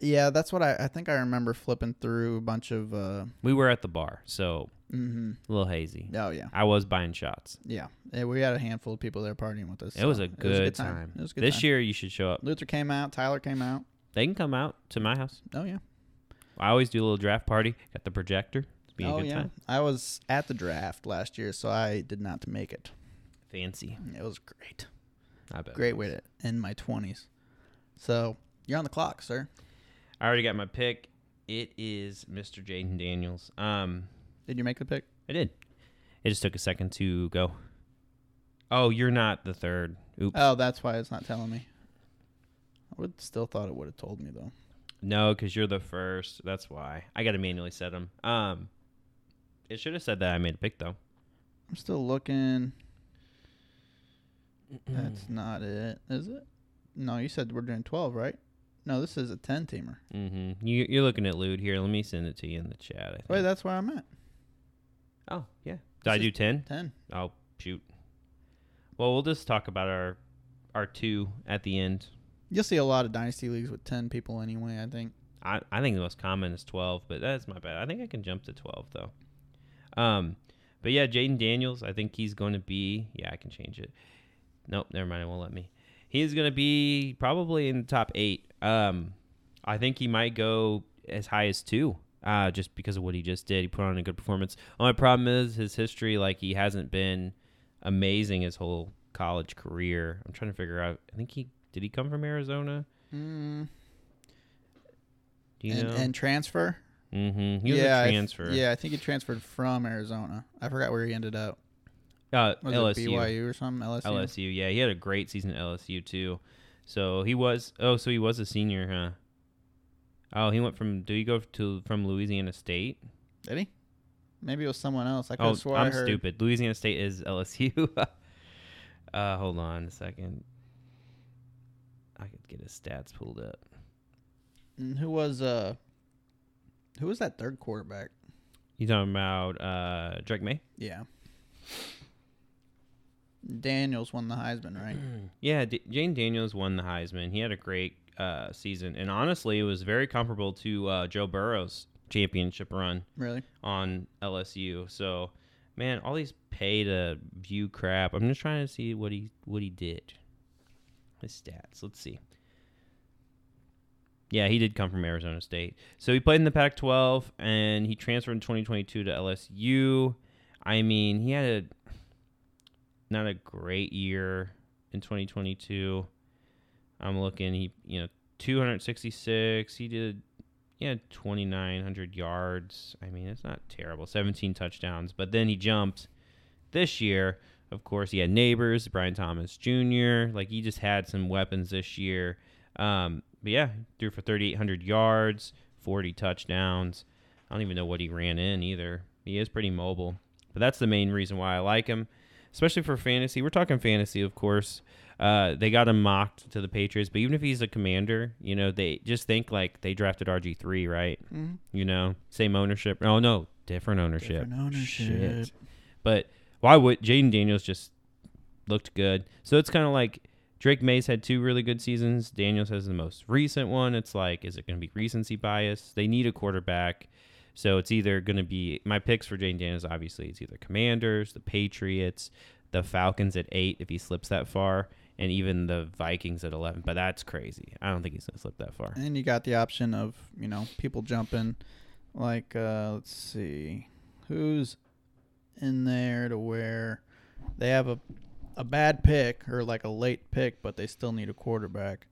C: Yeah, that's what I, I think I remember flipping through a bunch of. Uh,
B: We were at the bar, so
C: mm-hmm.
B: a little hazy.
C: Oh yeah,
B: I was buying shots.
C: yeah. Yeah, We had a handful of people there partying with us.
B: It
C: so
B: was a good, time.
C: It was a good
B: this
C: time.
B: year, you should show up.
C: Luther came out. Tyler came out.
B: They can come out to my house.
C: Oh yeah.
B: I always do a little draft party. Got the projector. It's being
C: oh
B: a good
C: yeah.
B: time.
C: I was at the draft last year, so I did not make it.
B: Fancy.
C: It was great.
B: I bet.
C: Great way to end my twenties. So you're on the clock, sir.
B: I already got my pick. It is Mr. Jaden Daniels. Um,
C: Did you make the pick?
B: I did. It just took a second to go. Oh, you're not the third. Oops.
C: Oh, that's why it's not telling me. I would still thought it would have told me though.
B: No, because you're the first. That's why I got to manually set them. Um, it should have said that I made a pick though.
C: I'm still looking. That's not it, is it? No, you said we're doing 12, right? No, this is a 10 teamer.
B: Mm-hmm. You, you're looking at lewd here. Let me send it to you in the chat. I think.
C: Wait, that's where I'm at.
B: oh yeah. Did I
C: This
B: do ten?
C: 10.
B: Oh shoot. Well, we'll just talk about our our two at the end.
C: You'll see a lot of dynasty leagues with 10 people anyway, I think.
B: I, I think the most common is 12, but that's my bad. I think I can jump to 12 though. Um, but yeah, Jaden Daniels, I think he's going to be. Yeah, I can change it. Nope, never mind. It won't let me. He is going to be probably in the top eight. Um, I think he might go as high as two. Uh, just because of what he just did, he put on a good performance. Only problem is his history. Like he hasn't been amazing his whole college career. I'm trying to figure out. I think he did. He come from Arizona.
C: Mm.
B: Do you
C: And,
B: know?
C: and transfer?
B: Mm-hmm. He was
C: I
B: a
C: th-
B: transfer.
C: yeah, I think he transferred from Arizona. I forgot where he ended up.
B: Uh,
C: Was it
B: LSU.
C: BYU or something? LSU.
B: LSU. Yeah, he had a great season at LSU too. So he was. Oh, so he was a senior, huh? Oh, he went from. Do you go to from Louisiana State?
C: Did he? Maybe it was someone else. I could
B: Oh,
C: have swore I
B: I'm
C: heard.
B: stupid. Louisiana State is LSU. uh, hold on a second. I could get his stats pulled up.
C: And who was uh? Who was that third quarterback?
B: You talking about uh, Drake May?
C: Yeah. Daniels won the Heisman, right?
B: Yeah, D- Jane Daniels won the Heisman. He had a great uh, season, and honestly, it was very comparable to uh, Joe Burrow's championship run
C: really?
B: on LSU. So, man, all these pay to view crap. I'm just trying to see what he what he did. His stats. Let's see. Yeah, he did come from Arizona State. So he played in the Pac-12, and he transferred in 2022 to LSU. I mean, he had a not a great year in 2022. I'm looking. He you know 266. He did he had 2,900 yards. I mean, it's not terrible. 17 touchdowns. But then he jumped this year. Of course, he had neighbors, Brian Thomas Jr. Like, he just had some weapons this year. Um, but yeah, threw for 3,800 yards, 40 touchdowns. I don't even know what he ran in either. He is pretty mobile. But that's the main reason why I like him, especially for fantasy. We're talking fantasy, of course. Uh, they got him mocked to the Patriots, but even if he's a commander, you know, they just think like they drafted RG three, right?
C: Mhm.
B: You know, same ownership. Oh no, different ownership.
C: Different ownership.
B: Shit. But why would Jaden Daniels just looked good? So it's kind of like Drake Mays had two really good seasons. Daniels has the most recent one. It's like, is it going to be recency bias? They need a quarterback. So it's either going to be my picks for Jane Daniels, obviously, it's either Commanders, the Patriots, the Falcons at eight, if he slips that far, and even the Vikings at 11. But that's crazy. I don't think he's going to slip that far.
C: And you got the option of you know people jumping, like uh, let's see, who's in there to where they have a a bad pick or like a late pick, but they still need a quarterback.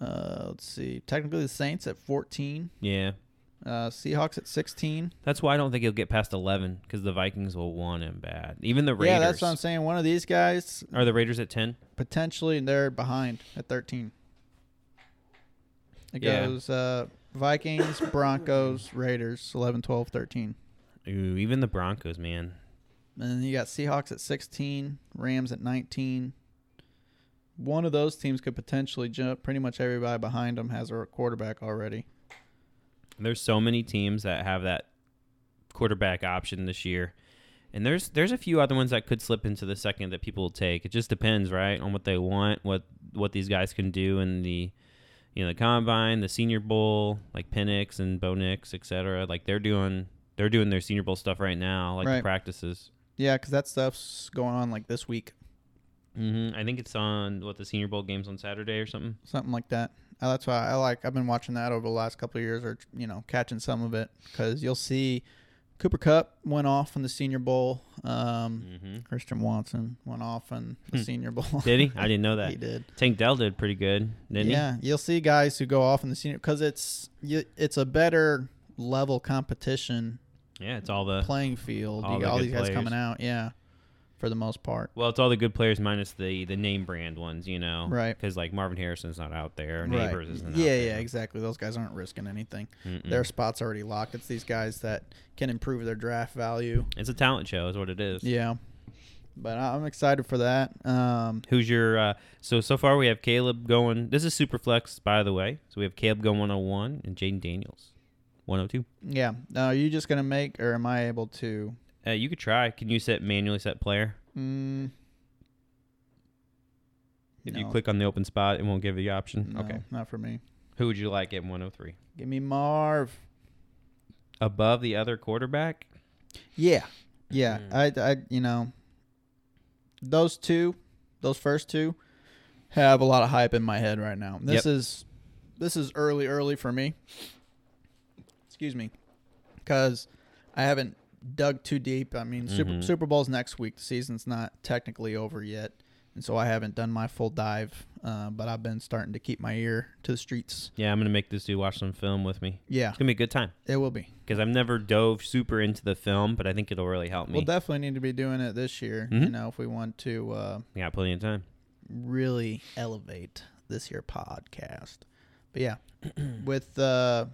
C: Uh, let's see. Technically, the Saints at fourteen,
B: Yeah.
C: uh, Seahawks at sixteen.
B: That's why I don't think he'll get past 11 because the Vikings will want him bad. Even the Raiders.
C: Yeah, that's what I'm saying. One of these guys
B: Are the Raiders at 10?
C: potentially they're behind at thirteen. It
B: Yeah.
C: goes uh, Vikings, Broncos, Raiders, 11, 12, 13.
B: Ooh, even the Broncos, man.
C: And then you got Seahawks at 16, Rams at 19. One of those teams could potentially jump. Pretty much everybody behind them has a quarterback already.
B: There's so many teams that have that quarterback option this year. And there's there's a few other ones that could slip into the second that people will take. It just depends, right, on what they want, what what these guys can do in the you know, the combine, the senior bowl, like Pennix and Bo Nix, et cetera. Like they're doing they're doing their senior bowl stuff right now, like the
C: Right.
B: practices.
C: Yeah, because that stuff's going on like this week,
B: hmm I think it's on what the senior bowl games on Saturday or something.
C: something like that. Uh, that's why I like. I've been watching that over the last couple of years, or you know, catching some of it because you'll see Cooper Cup went off in the Senior Bowl. Um,
B: Mm-hmm.
C: Christian Watson went off in the
B: Hmm.
C: Senior Bowl.
B: Did he? I didn't know that.
C: he did.
B: Tank Dell did pretty good, didn't
C: yeah, you'll see guys who go off in the senior because it's you, it's a better level competition
B: he? Yeah, it's all the
C: playing field.
B: Uh, all
C: you
B: the
C: got all
B: good
C: these guys
B: players.
C: coming out, yeah, for the most part.
B: Well, it's all the good players minus the the name brand ones, you know.
C: Right.
B: Because like Marvin Harrison's not out there,
C: Right.
B: neighbors isn't.
C: Yeah,
B: out
C: yeah,
B: there. Hmm.
C: exactly. Those guys aren't risking anything.
B: Mm-mm.
C: Their spot's already locked. It's these guys that can improve their draft value.
B: It's a talent show, is what it is.
C: Yeah, But I- I'm excited for that. Um,
B: Who's your uh, so so far? We have Caleb going. This is Superflex, by the way. So we have Caleb going 101 and Jaden Daniels 102.
C: yeah. Now, are you just gonna make, or am I able to?
B: Uh, you could try. Can you set manually set player?
C: Mm,
B: If you
C: No.
B: click on the open spot, it won't give you the option.
C: no,
B: Okay.
C: not for me.
B: Who would you like at 103?
C: Give me Marv.
B: Above the other quarterback?
C: Yeah, yeah.
B: Mm.
C: I, I, you know, those two, those first two, have a lot of hype in my head right now. This
B: Yep.
C: is, this is early, early for me. Excuse me, because I haven't dug too deep. I mean, Super
B: Mhm.
C: Super Bowl's next week. The season's not technically over yet, and so I haven't done my full dive. Uh, but I've been starting to keep my ear to the streets.
B: Yeah, I'm gonna make this dude watch some film with me.
C: Yeah,
B: It's gonna be a good time
C: it will be.
B: because I've never dove super into the film, but I think it'll really help me.
C: We'll definitely need to be doing it this year. You
B: Mhm.
C: know, if we want to. Uh,
B: we got plenty of time.
C: really elevate this here podcast. But yeah, with uh,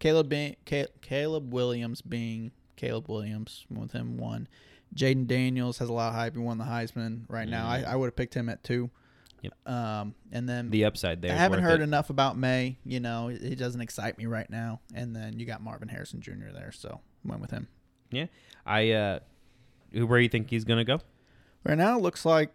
C: Caleb being Ca- Caleb Williams being Caleb Williams, with him one, Jaden Daniels has a lot of hype. He won the Heisman right now. I, I would have picked him at two.
B: Mm-hmm. Yep.
C: Um, and then
B: The upside there.
C: I
B: is
C: haven't
B: worth
C: heard
B: it.
C: enough about May. You know, he he doesn't excite me right now. And then you got Marvin Harrison Jr. there, so went with him.
B: Yeah, I. uh Where you think he's gonna go?
C: Right now, it looks like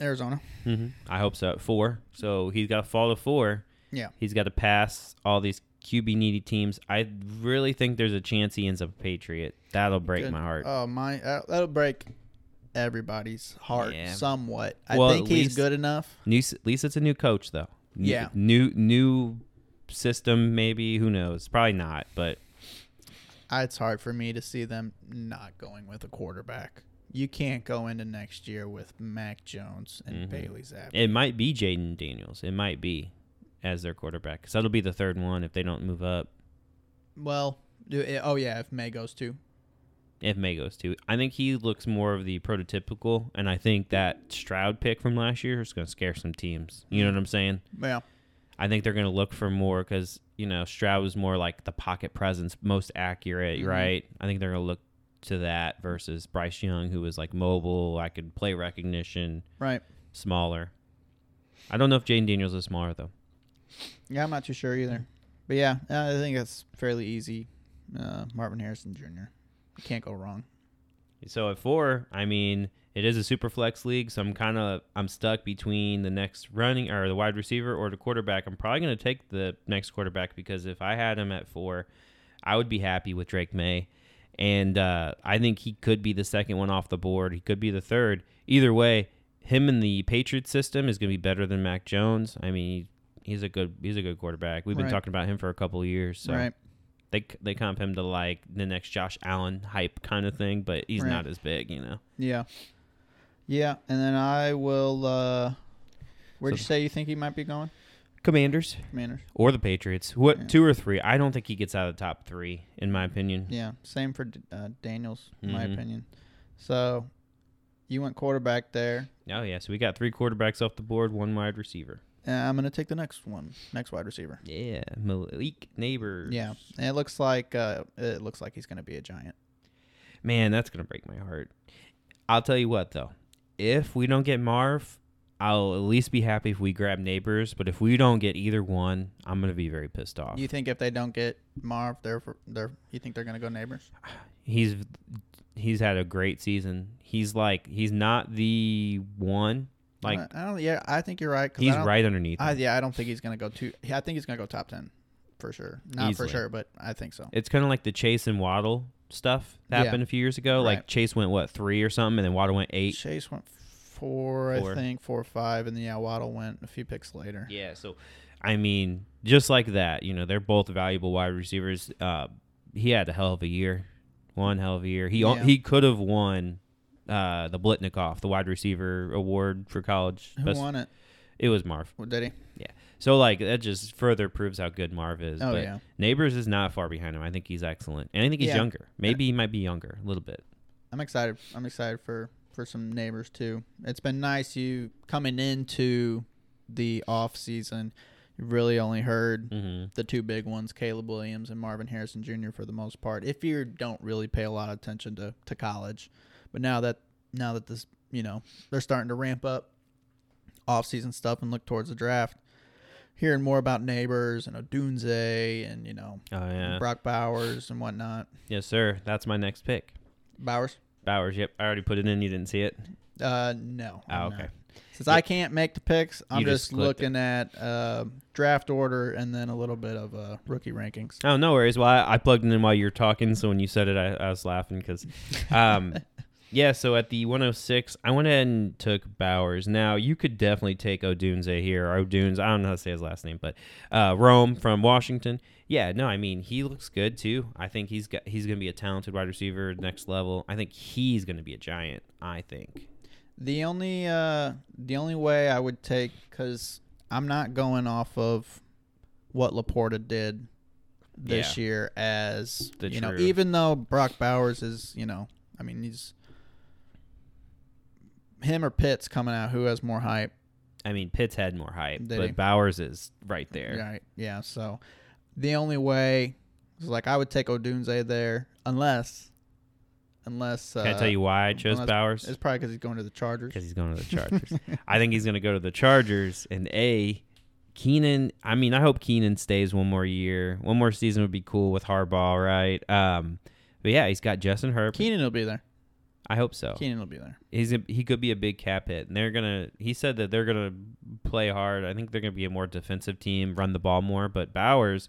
C: Arizona.
B: hmm I hope so. At four, so he's got to fall to four.
C: Yeah.
B: He's got to pass all these QB needy teams. I really think there's a chance he ends up a Patriot. That'll break
C: Good.
B: my heart.
C: Oh my, uh, that'll break everybody's heart
B: Yeah.
C: somewhat. I
B: Well,
C: think
B: at
C: he's
B: least-
C: good enough.
B: New, at least it's a new coach though. N-
C: Yeah.
B: New new system maybe. Who knows? Probably not. But
C: I- Uh, It's hard for me to see them not going with a quarterback. You can't go into next year with Mac Jones and
B: Mhm.
C: Bailey Zappi.
B: it might be Jaden Daniels. It might be as their quarterback because that'll be the third one if they don't move up.
C: well, do it- oh yeah, if May goes too.
B: If May goes too, I think he looks more of the prototypical, and I think that Stroud pick from last year is going to scare some teams. You know what I'm saying?
C: Yeah,
B: I think they're going to look for more because you know Stroud was more like the pocket presence, most accurate,
C: Mhm.
B: right? I think they're going to look to that versus Bryce Young, who was like mobile, I could play recognition,
C: right.
B: smaller. I don't know if Jaden Daniels is smaller though.
C: Yeah, I'm not too sure either. But yeah, I think that's fairly easy. Uh, Marvin Harrison Jr. You can't go wrong.
B: So at four, I mean, it is a super flex league, so I'm kind of I'm stuck between the next running or the wide receiver or the quarterback. I'm probably going to take the next quarterback because if I had him at four, I would be happy with Drake May, and uh, I think he could be the second one off the board. He could be the third. Either way, him in the Patriot system is going to be better than Mac Jones. I mean, he's a good he's a good quarterback. We've been
C: Right.
B: talking about him for a couple of years, so
C: Right.
B: they they comp him to like the next Josh Allen hype kind of thing, but he's
C: Right.
B: not as big, you know.
C: Yeah. Yeah, and then I will uh where'd
B: So-
C: you say you think he might be going?
B: Commanders
C: Commanders.
B: or the Patriots, what
C: Yeah.
B: two or three? I don't think he gets out of the top three, in my opinion.
C: Yeah, same for D- uh, Daniels in my
B: Mhm.
C: opinion. So you went quarterback there.
B: Oh yeah, so we got three quarterbacks off the board, one wide receiver.
C: And Uh, I'm going to take the next one, next wide receiver.
B: Yeah, Malik Neighbors.
C: Yeah. And it looks like uh it looks like he's going to be a giant.
B: man, that's gonna break my heart. I'll tell you what though, if we don't get Marv. I'll at least be happy if we grab neighbors, but if we don't get either one, I'm gonna be very pissed off.
C: You think if they don't get Marv, they're for, they're you think they're going to go neighbors?
B: he's he's had a great season. He's like he's not the one. Like
C: I I don't yeah, I think you're right 'cause I
B: he's
C: don't-
B: right underneath.
C: I,
B: him.
C: yeah, I don't think he's going to go too I think he's going to go top 10 for sure. Not
B: Easily.
C: for sure, but I think so.
B: It's kind of like the Chase and Waddle stuff that
C: Yeah.
B: happened a few years ago. Like
C: Right.
B: Chase went what three or something, and then Waddle went eight.
C: Chase went four,
B: Four.
C: I think, four or five, and then yeah, Waddle went a few picks later.
B: Yeah. So, I mean, just like that, you know, they're both valuable wide receivers. Uh, he had a hell of a year, one hell of a year. He
C: Yeah.
B: he could have won uh, the Blitnikoff, the wide receiver award for college.
C: Who
B: Best-
C: won it?
B: It was Marv.
C: Well, did he?
B: Yeah. So like that just further proves how good Marv is.
C: Oh,
B: but
C: yeah.
B: Neighbors is not far behind him. I think he's excellent. And I think he's
C: Yeah.
B: younger. Maybe he might be younger a little bit.
C: I'm excited. I'm excited for for some neighbors too. It's been nice you coming into the off season. You really only heard
B: Mm-hmm.
C: the two big ones, Caleb Williams and Marvin Harrison Jr. for the most part. If you don't really pay a lot of attention to, to college, but now that now that this you know, they're starting to ramp up off-season stuff and look towards the draft. Hearing more about neighbors and Odunze and you know
B: Oh yeah,
C: Brock Bowers and whatnot.
B: yes sir. That's my next pick.
C: Bowers?
B: Bowers. Yep, I already put it in. You didn't see it.
C: Uh, no.
B: Oh,
C: I'm
B: okay.
C: not. Since I can't make the picks, I'm
B: You just
C: just,
B: clicked it.
C: looking at uh, draft order and then a little bit of uh, rookie rankings.
B: Oh, no worries. Well, I, I plugged it in while you were talking, so when you said it, I, I was laughing because, um, yeah. So at the 106, I went ahead and took Bowers. Now you could definitely take Odunze here. Or Odunes, I don't know how to say his last name, but uh, Rome from Washington. Yeah, no, I mean he looks good too. I think he's got he's gonna be a talented wide receiver, next level. I think he's gonna be a giant. I think.
C: The only uh, the only way I would take because I'm not going off of what Laporta did this year as
B: The
C: you know,
B: true-
C: even though Brock Bowers is you know, I mean he's him or Pitts coming out who has more hype.
B: I mean Pitts had more hype,
C: Did
B: but
C: he?
B: Bowers is right there.
C: Right. Yeah. So the only way is like I would take Odunze there unless unless uh,
B: Can I tell you why I chose
C: unless-
B: Bowers?
C: It's probably because he's going to the Chargers.
B: because he's going to the Chargers. I think he's going to go to the Chargers. And a Keenan. I mean, I hope Keenan stays one more year. One more season would be cool with Harbaugh, right? Um, but yeah, he's got Justin Herbert.
C: Keenan will be there.
B: I hope so.
C: Keenan will be there.
B: He's a, he could be a big cap hit, and they're gonna. He said that they're gonna play hard. I think they're gonna be a more defensive team, run the ball more. But Bowers,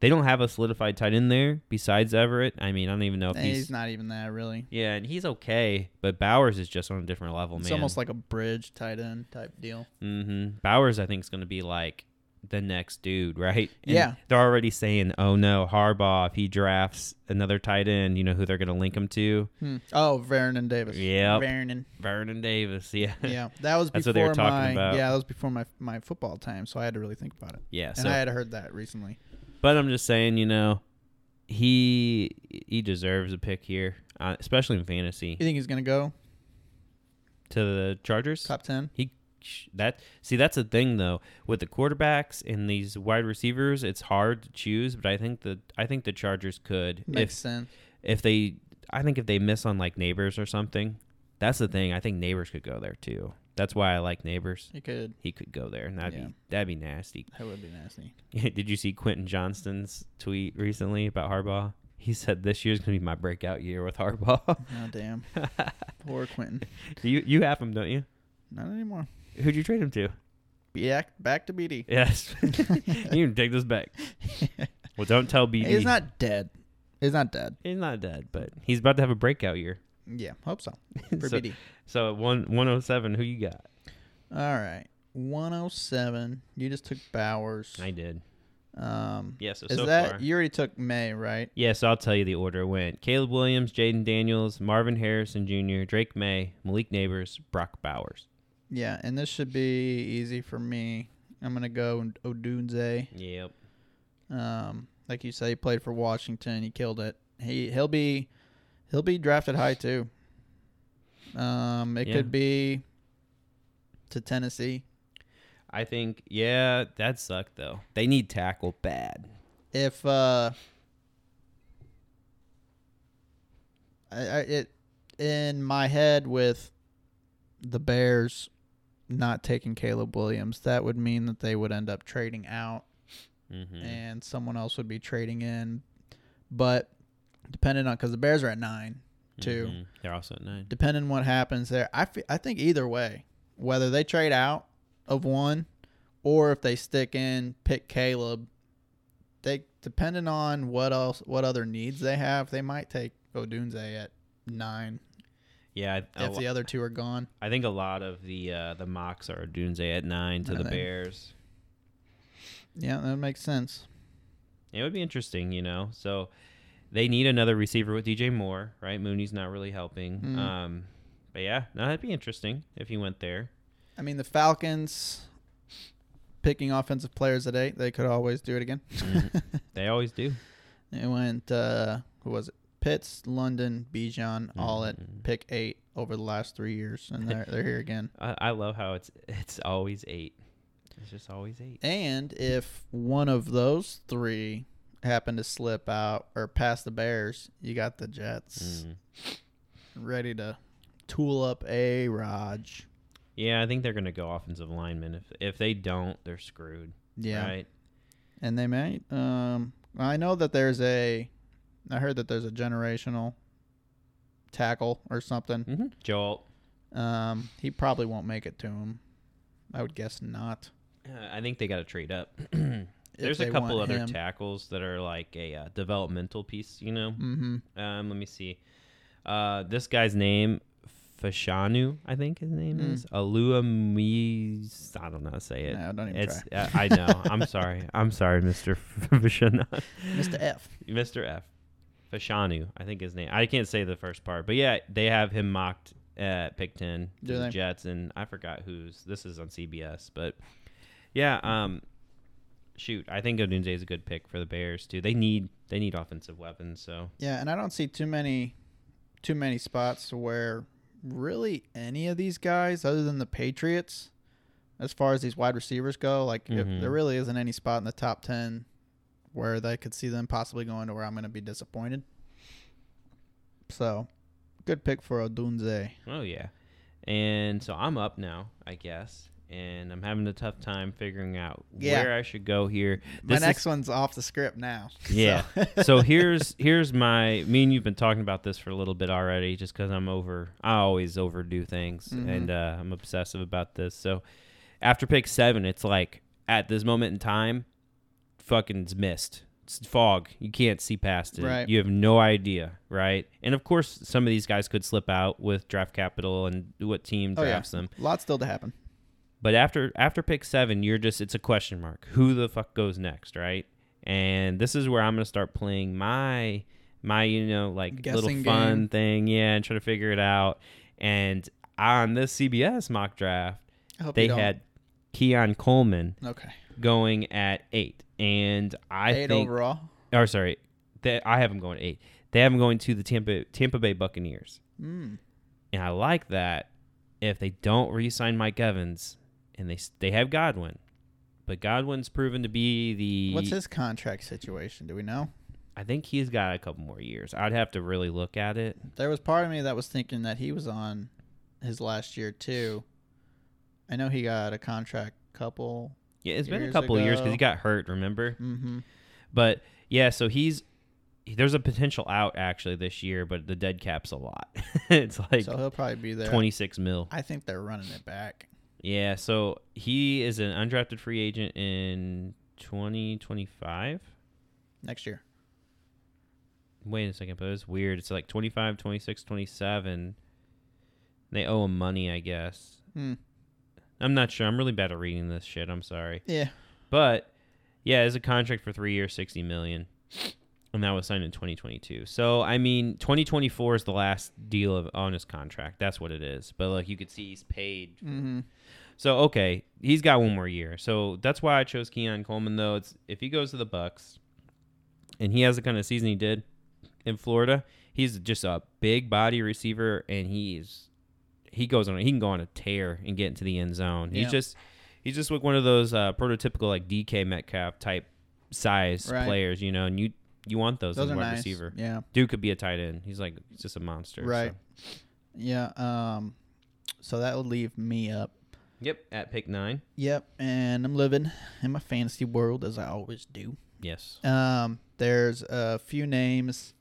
B: they don't have a solidified tight end there besides Everett. I mean, I don't even know if
C: Eh,
B: Oh, he's.
C: he's not even that really.
B: yeah, and he's okay, but Bowers is just on a different level,
C: It's
B: man.
C: almost like a bridge tight end type deal.
B: Mm-hmm. Bowers, I think, is going to be like the next dude, right?
C: Yeah.
B: They're already saying, oh no, Harbaugh, if he drafts another tight end, you know who they're going to link him to?
C: Hmm. Oh, Vernon Davis.
B: Yep.
C: Vernon.
B: Vernon Davis. Yeah.
C: Yeah, that was before
B: That's what they were talking
C: my
B: about.
C: yeah that was before my my football time, so I had to really think about it.
B: yeah.
C: and
B: So,
C: I had heard that recently.
B: but I'm just saying, you know, he he deserves a pick here, uh, especially in fantasy.
C: You think he's gonna go
B: to the Chargers?
C: top ten?
B: He sh- that see that's the thing though with the quarterbacks and these wide receivers it's hard to choose but I think the I think the Chargers could
C: Makes
B: if
C: sense.
B: if they I think if they miss on like neighbors or something, that's the thing. I think neighbors could go there too. That's why I like neighbors.
C: He could.
B: He could go there, and that'd
C: Yeah.
B: be that'd be nasty.
C: That would be nasty.
B: Did you see Quentin Johnston's tweet recently about Harbaugh? He said this year's gonna be my breakout year with Harbaugh.
C: Oh damn. Poor Quentin.
B: you you have him, don't you?
C: Not anymore.
B: Who'd you trade him to?
C: Yeah, back to BD.
B: Yes, you can take this back. Well, don't tell BD.
C: He's not dead. He's not dead.
B: He's not dead, but he's about to have a breakout year.
C: Yeah, hope so. For
B: So-
C: BD.
B: So at one one oh seven, who you got?
C: All right. 107. You just took Bowers.
B: I did.
C: Um,
B: Yeah. So
C: is
B: so
C: that
B: far.
C: you already took May, right?
B: Yeah, so I'll tell you the order it went. Caleb Williams, Jaden Daniels, Marvin Harrison Jr., Drake May, Malik Neighbors, Brock Bowers.
C: Yeah, and this should be easy for me. I'm gonna go Odunze.
B: Yep.
C: Um, like you say, he played for Washington. He killed it. He he'll be he'll be drafted high too. Um, it
B: Yeah.
C: could be to Tennessee.
B: I think yeah, that sucked though. They need tackle bad.
C: if uh I, I it in my head with the bears not taking caleb williams that would mean that they would end up trading out
B: Mm-hmm.
C: and someone else would be trading in but depending on because the bears are at 9 too
B: Mm-hmm. They're also at nine.
C: depending what happens there I fe- I think either way whether they trade out of one or if they stick in pick caleb they depending on what else what other needs they have they might take odunze at nine
B: Yeah, I, a
C: if
B: lo-
C: the other two are gone
B: I think a lot of the uh, the mocks are Dunze at nine to
C: I
B: the
C: think-
B: Bears.
C: yeah that makes sense
B: It would be interesting, you know. So they need another receiver with DJ Moore, right? Mooney's not really helping.
C: Mhm.
B: Um, but yeah, no, that'd be interesting if he went there.
C: i mean the falcons picking offensive players at eight they could always do it again
B: Mhm. They always do.
C: it went uh who was it Pitts, London, Bijan, all at
B: Mhm.
C: pick eight over the last three years, and they're, they're here again.
B: I, I love how it's it's always eight. It's just always eight.
C: And if one of those three happen to slip out or pass the Bears, you got the Jets
B: Mm.
C: ready to tool up a Raj.
B: Yeah, I think they're going to go offensive linemen. If if they don't, they're screwed.
C: Yeah.
B: Right?
C: And they might. Um, I know that there's a. I heard that there's a generational tackle or something.
B: Mm-hmm. Joel.
C: Um, he probably won't make it to him. I would guess not.
B: Uh, I think they got to trade up.
C: if
B: There's a
C: they
B: couple
C: want
B: other
C: him.
B: tackles that are like a uh, developmental piece, you know.
C: Mhm.
B: Um, let me see. Uh, this guy's name, Fashanu, I think his name
C: Mm.
B: is Aluamis. I don't know how to say it.
C: No, don't even
B: it's, uh, I know. I'm sorry. I'm sorry, Mr. Fashanu.
C: Mr. F.
B: Mr. F. Fashanu, I think his name. I can't say the first part, but yeah, they have him mocked at pick ten to
C: Do
B: the
C: they?
B: Jets, and I forgot who's. This is on CBS, but yeah, um, shoot, I think Odunze is a good pick for the Bears too. They need they need offensive weapons, so
C: Yeah, and I don't see too many, too many spots where really any of these guys, other than the Patriots, as far as these wide receivers go, like
B: Mhm.
C: if there really isn't any spot in the top ten where they could see them possibly going to where I'm going to be disappointed. So, good pick for Odunze.
B: oh yeah, and so I'm up now, I guess, and I'm having a tough time figuring out
C: Yeah.
B: where I should go here.
C: My
B: This is-
C: next one's off the script now. so-
B: Yeah. so here's here's my me and you've been talking about this for a little bit already just because i'm over i always overdo things
C: Mhm.
B: and uh, i'm obsessive about this so after pick seven it's like at this moment in time fucking it's mist it's fog you can't see past it
C: Right.
B: you have no idea right and of course some of these guys could slip out with draft capital and what team
C: Oh, yeah.
B: drafts them
C: lot still to happen.
B: but after after pick seven, you're just it's a question mark. Who the fuck goes next, right? And this is where I'm gonna start playing my my you know like
C: Guessing
B: little fun thing, yeah, and try to figure it out. And on this CBS mock draft,
C: I hope
B: they
C: you don't.
B: had Keon Coleman
C: okay
B: going at eight, and I
C: eight
B: think
C: overall.
B: or sorry, that I have him going eight. They have him going to the Tampa Tampa Bay Buccaneers.
C: Mm.
B: And I like that if they don't re-sign Mike Evans and they they have Godwin, but Godwin's proven to be the.
C: What's his contract situation? Do we know?
B: I think he's got a couple more years. I'd have to really look at it.
C: There was part of me that was thinking that he was on his last year too. I know he got a contract couple.
B: Yeah, it's been a
C: Years
B: couple years because
C: ago.
B: he got hurt. Remember,
C: Mm-hmm.
B: but yeah, so he's there's a potential out actually this year, but the dead cap's a lot. it's like
C: so he'll probably be there.
B: twenty six mil.
C: I think they're running it back.
B: Yeah, so he is an undrafted free agent in twenty twenty five.
C: Next year.
B: wait a second, but it's weird. It's like 25, 26, 27. They owe him money, I guess.
C: Hmm.
B: I'm not sure. I'm really bad at reading this shit. I'm sorry.
C: Yeah.
B: But yeah, it's a contract for 3 years, 60 million. And that was signed in 2022. So, I mean, 2024 is the last deal of on his contract. That's what it is. But like you could see he's paid
C: Mm-hmm.
B: so okay, he's got one more year. So that's why I chose Keon Coleman though. It's if he goes to the Bucks and he has the kind of season he did in Florida, he's just a big body receiver and he's he goes on he can go on a tear and get into the end zone.
C: Yeah.
B: He's just he's just like one of those uh, prototypical like DK Metcalf type size
C: Right.
B: players, you know, and you you want those,
C: Those
B: as a
C: are
B: wide
C: nice.
B: receiver.
C: Yeah.
B: Dude could be a tight end. He's like he's just a monster. so.
C: Right. Yeah. Um. So that would leave me up.
B: Yep. At pick nine.
C: Yep. And I'm living in my fantasy world as I always do.
B: Yes.
C: Um, there's a few names.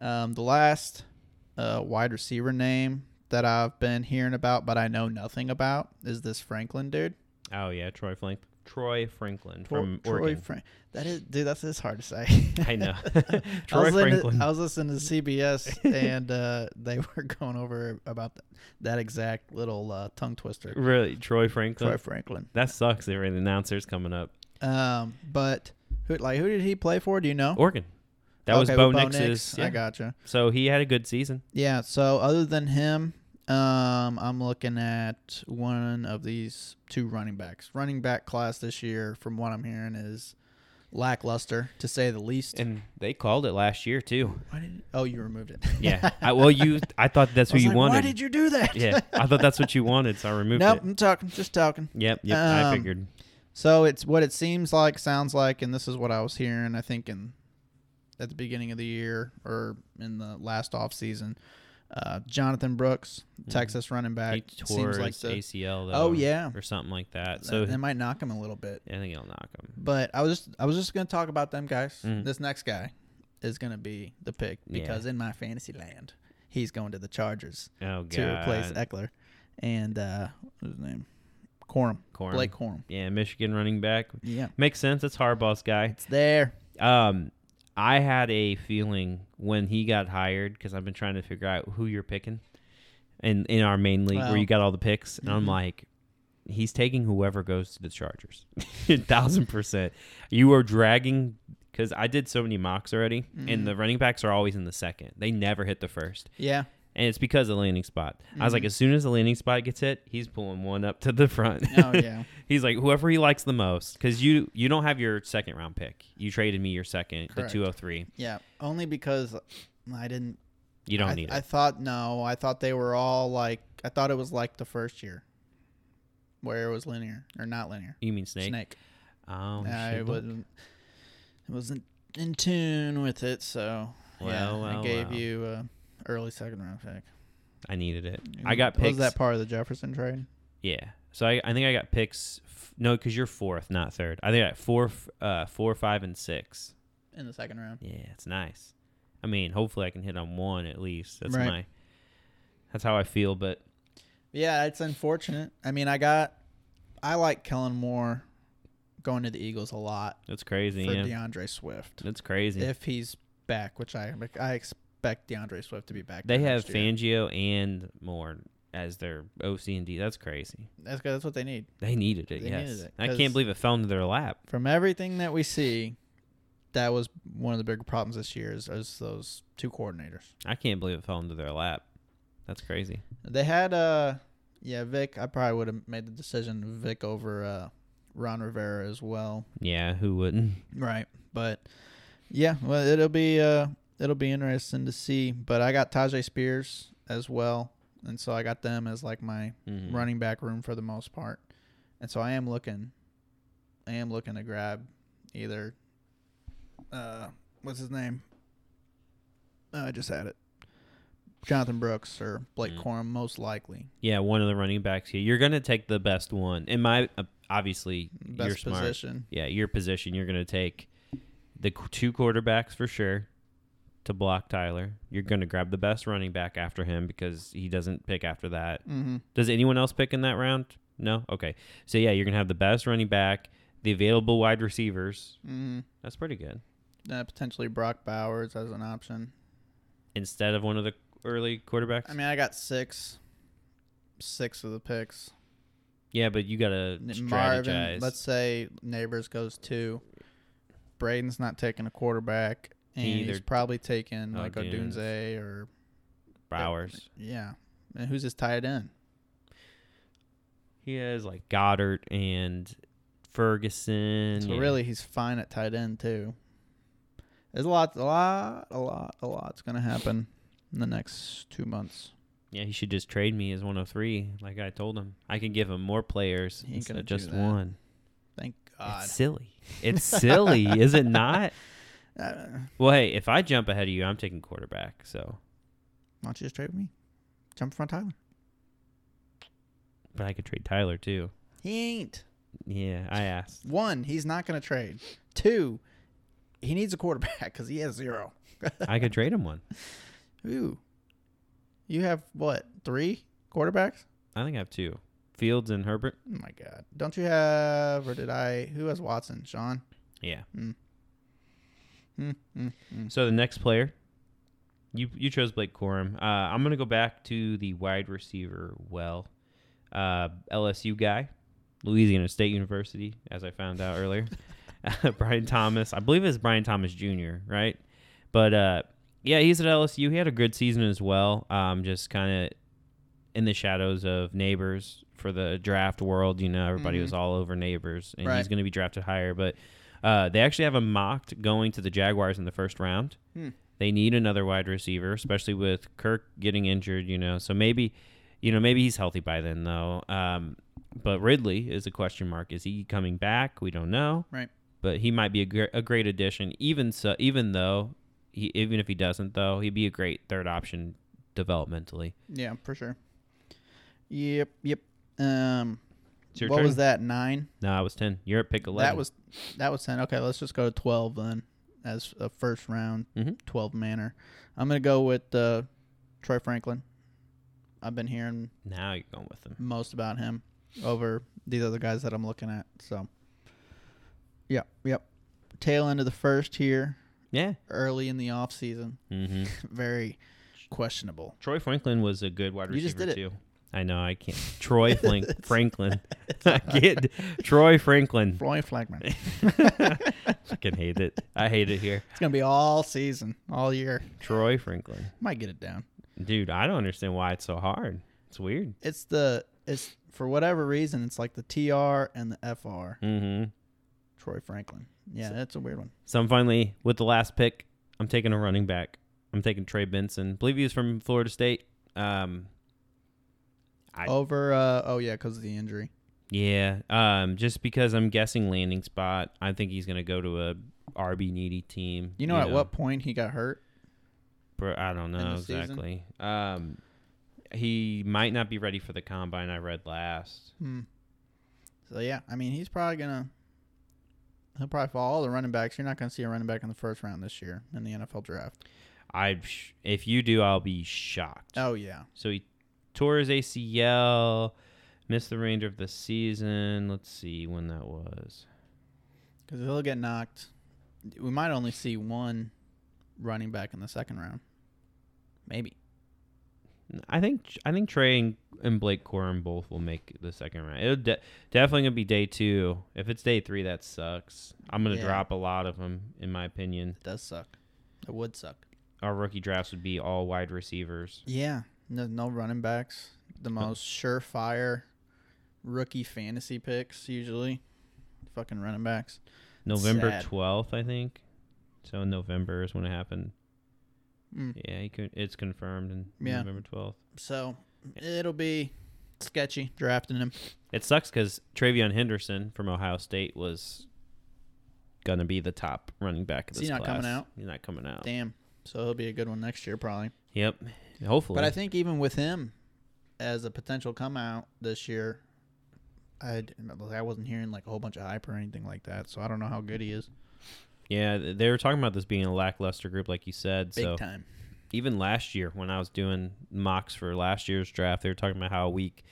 C: Um, the last uh, wide receiver name that I've been hearing about, but I know nothing about, is this Franklin dude.
B: Oh yeah, Troy Frank, Troy Franklin
C: Tro-
B: from
C: Troy
B: Oregon.
C: Frank. That is, dude. That's it's hard to say.
B: I know.
C: I
B: Troy
C: was listening to-
B: Franklin.
C: I was listening to CBS, and uh, they were going over about th- that exact little uh, tongue twister.
B: really, Troy Franklin.
C: Troy Franklin.
B: that sucks. Every announcer's coming up.
C: Um, but who like who did he play for? Do you know?
B: Oregon. That was
C: Oh. Okay,
B: Bo
C: with
B: Nix's.
C: Nix.
B: yeah.
C: I gotcha.
B: so he had a good season.
C: Yeah. So other than him, um, I'm looking at one of these two running backs. Running back class this year, from what I'm hearing, is lackluster to say the least.
B: And they called it last year too.
C: Why did- oh, you removed it.
B: Yeah. I, well, you. I thought that's
C: I
B: what
C: was
B: you
C: like,
B: wanted.
C: Why did you do that?
B: yeah. I thought that's what you wanted, so I removed
C: nope.
B: it.
C: I'm talking. Just talking.
B: Yep. Yep. I
C: Um,
B: figured.
C: So it's what it seems like, sounds like, and this is what I was hearing. I think in at the beginning of the year or in the last off season Uh, Jonathan Brooks, Texas running
B: Mm-hmm. He
C: back,
B: tore
C: seems like
B: his
C: the,
B: ACL though.
C: Oh, yeah.
B: or something like that.
C: so
B: So
C: that, that might knock him a little bit.
B: I think it'll knock him.
C: But I was just I was just gonna talk about them guys.
B: Mm.
C: This next guy is gonna be the pick
B: Yeah.
C: because in my fantasy land, he's going to the Chargers
B: Oh god.
C: to replace Eckler and uh, what's his name, Corum,
B: Corum.
C: Blake Corum.
B: yeah, Michigan running back
C: Yeah,
B: makes sense. That's Harbaugh's guy.
C: it's there.
B: Um, I had a feeling when he got hired because I've been trying to figure out who you're picking, in in our main league
C: Wow.
B: where you got all the picks, and
C: Mm-hmm.
B: I'm like, he's taking whoever goes to the Chargers, thousand percent. You are dragging because I did so many mocks already,
C: Mm-hmm.
B: and the running backs are always in the second. They never hit the first.
C: Yeah,
B: And it's because of the landing spot. I was like,
C: Mm-hmm.
B: as soon as the landing spot gets hit, he's pulling one up to the front.
C: Oh, yeah.
B: he's like, whoever he likes the most, because you you don't have your second round pick. You traded me your second,
C: Correct.
B: the two hundred three.
C: yeah. Only because I didn't.
B: You don't
C: I,
B: need
C: I
B: it.
C: thought no. I thought they were all like. I thought it was like the first year, where it was linear or not linear.
B: You mean snake?
C: Snake.
B: Oh, we
C: I
B: should look.
C: wasn't wasn't in tune with it, so yeah,
B: Well,
C: I
B: well,
C: gave
B: well.
C: you a early second round pick.
B: I needed it. I got
C: What
B: picks.
C: Was that part of the Jefferson trade?
B: yeah. So I, I think I got picks. F- no, because you're fourth, not third. I think I got four, f- uh, four, five, and six.
C: In the second round.
B: Yeah, it's nice. I mean, hopefully I can hit on one at least. That's
C: Right.
B: my. That's how I feel, but
C: Yeah, it's unfortunate. I mean, I got I like Kellen Moore going to the Eagles a lot
B: it's crazy.
C: for
B: yeah.
C: DeAndre Swift
B: That's crazy.
C: if he's back, which I I expect DeAndre Swift to be back.
B: they
C: by
B: have
C: next year.
B: Fangio and Moore as their OC and D. That's crazy.
C: That's good. That's what they need.
B: They needed it.
C: They
B: yes,
C: needed it,
B: I
C: 'cause-
B: can't believe it fell into their lap.
C: from everything that we see, that was one of the bigger problems this year is, is those two coordinators.
B: I can't believe it fell into their lap. That's crazy.
C: They had uh yeah, Vic, I probably would have made the decision Vic over uh Ron Rivera as well.
B: Yeah, who wouldn't?
C: Right. But yeah, well it'll be uh it'll be interesting to see. But I got Tajay Spears as well. And so I got them as like my
B: Mhm.
C: running back room for the most part. And so I am looking I am looking to grab either uh what's his name? Oh, I just had it. Jonathan Brooks or Blake Corum most likely.
B: Yeah, one of the running backs here. You're gonna take the best one. In my uh, obviously,
C: Best
B: you're smart.
C: position.
B: Yeah, your position. You're gonna take the qu- two quarterbacks for sure to block Tyler. You're gonna grab the best running back after him because he doesn't pick after that.
C: Mm-hmm.
B: Does anyone else pick in that round? No. Okay. So yeah, you're gonna have the best running back, the available wide receivers.
C: Mm-hmm.
B: That's pretty good.
C: Uh, potentially Brock Bowers as an option.
B: Instead of one of the early quarterbacks.
C: I mean, I got six, six of the picks.
B: yeah, but you gotta
C: N-
B: strategize.
C: Marvin, let's say Neighbors goes two. Braden's not taking a quarterback,
B: He
C: and he's
B: either-
C: probably taking like
B: Odunes.
C: Odunze or
B: Bowers.
C: yeah. And who's his tight end?
B: He has like Goddard and Ferguson.
C: So
B: yeah.
C: really, he's fine at tight end too. There's a lot, a lot, a lot, a lot's gonna happen in the next two months.
B: yeah, he should just trade me as 103, like I told him. I can give him more players
C: He ain't
B: instead
C: gonna
B: of
C: do
B: just
C: that.
B: one.
C: Thank God.
B: It's silly. It's silly, is it not?
C: Uh, why
B: Well, hey, if I jump ahead of you, I'm taking quarterback. So,
C: don't you just trade with me? Jump in front of Tyler.
B: but I could trade Tyler too.
C: He ain't.
B: Yeah, I asked.
C: One, he's not going to trade. Two, he needs a quarterback because he has zero.
B: I could trade him one.
C: Ooh. You have what? Three quarterbacks?
B: I think I have two. Fields and Herbert.
C: Oh my God. Don't you have, or did I? Who has Watson? Sean?
B: Yeah.
C: Hmm, hmm, hmm.
B: So the next player, you you chose Blake Corum. Uh, I'm gonna go back to the wide receiver. Well, uh, LSU guy, Louisiana State University, as I found out earlier. Brian Thomas, I believe it's Brian Thomas Jr. Right, but uh, yeah, he's at LSU. He had a good season as well. Um, just kind of in the shadows of neighbors for the draft world. You know, everybody was all over neighbors, and he's
C: Mm-hmm. Right.
B: going to be drafted higher. But uh, they actually have him mocked going to the Jaguars in the first round.
C: Hmm.
B: They need another wide receiver, especially with Kirk getting injured. You know, so maybe, you know, maybe he's healthy by then though. Um, but Ridley is a question mark. Is he coming back? We don't know
C: Right.
B: but he might be a, gr- a great addition. Even so, even though he, even if he doesn't, though he'd be a great third option developmentally.
C: Yeah, for sure. Yep, yep. Um,
B: It's your
C: what
B: turn.
C: was that? Nine.
B: No, I was ten. You're at pick eleven.
C: That was that was ten. Okay, let's just go to twelve then, as a first round
B: Mhm.
C: twelve manner. I'm gonna go with uh, Troy Franklin. I've been hearing
B: now you're going with them.
C: most about him over these other guys that I'm looking at. So, yep, yep. Tail end of the first here,
B: Yeah.
C: early in the off season,
B: Mm-hmm.
C: very questionable.
B: Troy Franklin was a good wide
C: You
B: receiver
C: just did
B: too. I know I can't. Troy Flink, Franklin. I get Troy Franklin.
C: Floyd Flagman.
B: Fucking hate it. I hate it here.
C: It's gonna be all season, all year.
B: Troy Franklin.
C: Might get it down.
B: Dude, I don't understand why it's so hard. It's weird.
C: It's the it's for whatever reason it's like the TR and the FR.
B: Mm-hmm.
C: Troy Franklin. Yeah, that's a weird one.
B: So I'm finally with the last pick. I'm taking a running back. I'm taking Trey Benson. believe he's from Florida State. Um, I-
C: Over. Uh, oh yeah, because of the injury.
B: yeah. Um, just because I'm guessing landing spot. I think he's gonna go to a RB needy team.
C: You know at what point he got hurt?
B: Bro, I don't know
C: the season?
B: exactly. Um, he might not be ready for the combine. I read last.
C: Hmm. So yeah, I mean he's probably gonna. He'll probably fall all the running backs. You're not going to see a running back in the first round this year in the NFL draft.
B: I sh- if you do, I'll be shocked.
C: Oh yeah,
B: So he tore his ACL, missed the remainder of the season. Let's see when that was.
C: because he'll get knocked. We might only see one running back in the second round, maybe.
B: I think I think Trey and, and Blake Corum both will make the second round. It'll de- definitely gonna be day two. If it's day three, that sucks. I'm gonna
C: Yeah.
B: drop a lot of them, in my opinion.
C: It does suck. It would suck.
B: Our rookie drafts would be all wide receivers.
C: Yeah, no, no running backs. The most surefire rookie fantasy picks usually, fucking running backs.
B: November
C: Sad.
B: twelfth, I think. So in November is when it happened.
C: Mm.
B: Yeah, he could, it's confirmed in
C: Yeah.
B: November twelfth.
C: So it'll be sketchy drafting him.
B: It sucks because Travion Henderson from Ohio State was gonna be the top running back of
C: Is
B: this
C: he not
B: class.
C: coming out?
B: He's not coming out.
C: Damn. So he'll be a good one next year probably.
B: Yep. Hopefully.
C: But I think even with him as a potential come out this year, I I wasn't hearing like a whole bunch of hype or anything like that. So I don't know how good he is.
B: yeah, th- they were talking about this being a lackluster group, like you said.
C: Big
B: so
C: time.
B: even last year, when I was doing mocks for last year's draft, they were talking about how weak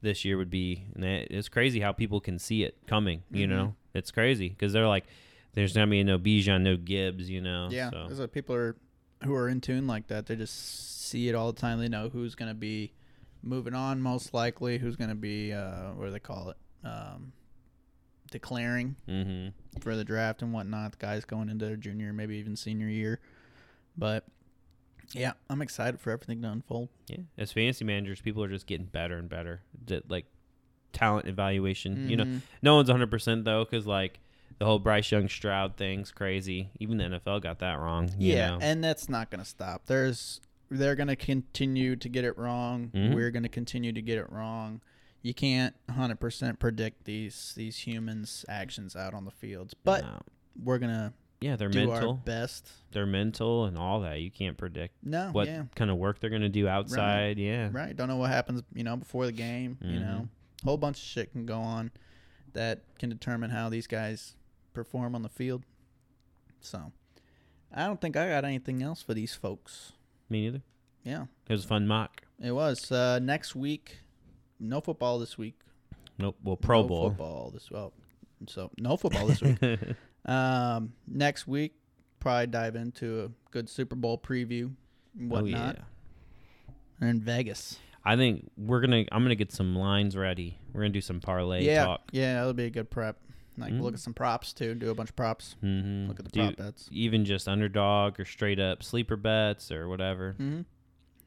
B: this year would be, and it- it's crazy how people can see it coming. You
C: Mm-hmm.
B: know, it's crazy because they're like, "There's gonna be no Bijan, no Gibbs," you know.
C: Yeah,
B: So.
C: there's like people are who are in tune like that. They just see it all the time. They know who's going to be moving on most likely, who's going to be uh, what do they call it, um, declaring
B: mm-hmm.
C: for the draft and whatnot. guys going into their junior, maybe even senior year. But yeah, I'm excited for everything to unfold.
B: Yeah, as fantasy managers, people are just getting better and better. That like talent evaluation, you
C: Mm-hmm.
B: know, no one's 100 percent though, because like the whole Bryce Young Stroud thing's crazy. Even the NFL got that wrong. you
C: yeah,
B: know.
C: and that's not going to stop. There's they're going to continue to get it wrong.
B: Mhm.
C: We're going to continue to get it wrong. You can't 100% predict these these humans' actions out on the fields, but
B: No.
C: we're going to
B: yeah, they're
C: do our
B: mental.
C: best.
B: they're mental and all that. You can't predict
C: No,
B: what
C: Oh, yeah.
B: kind of work they're going to do outside. Yeah.
C: Right. Don't know what happens, you know, before the game,
B: Mhm.
C: you know. Whole bunch of shit can go on that can determine how these guys perform on the field. So, I don't think I got anything else for these folks.
B: Me neither.
C: Yeah.
B: It was a fun mock.
C: It was uh, next week. No football this week.
B: Nope. Well, Pro
C: no
B: Bowl.
C: football this well. So no football this week. um, next week, probably dive into a good Super Bowl preview, and
B: Oh,
C: whatnot. They're in Vegas.
B: I think we're gonna. I'm gonna get some lines ready. We're gonna do some parlay
C: yeah,
B: talk.
C: yeah, that'll be a good prep. Like
B: Mm.
C: look at some props too. Do a bunch of props.
B: Mm-hmm.
C: Look at the prop bets.
B: even just underdog or straight up sleeper bets or whatever.
C: Mm-hmm.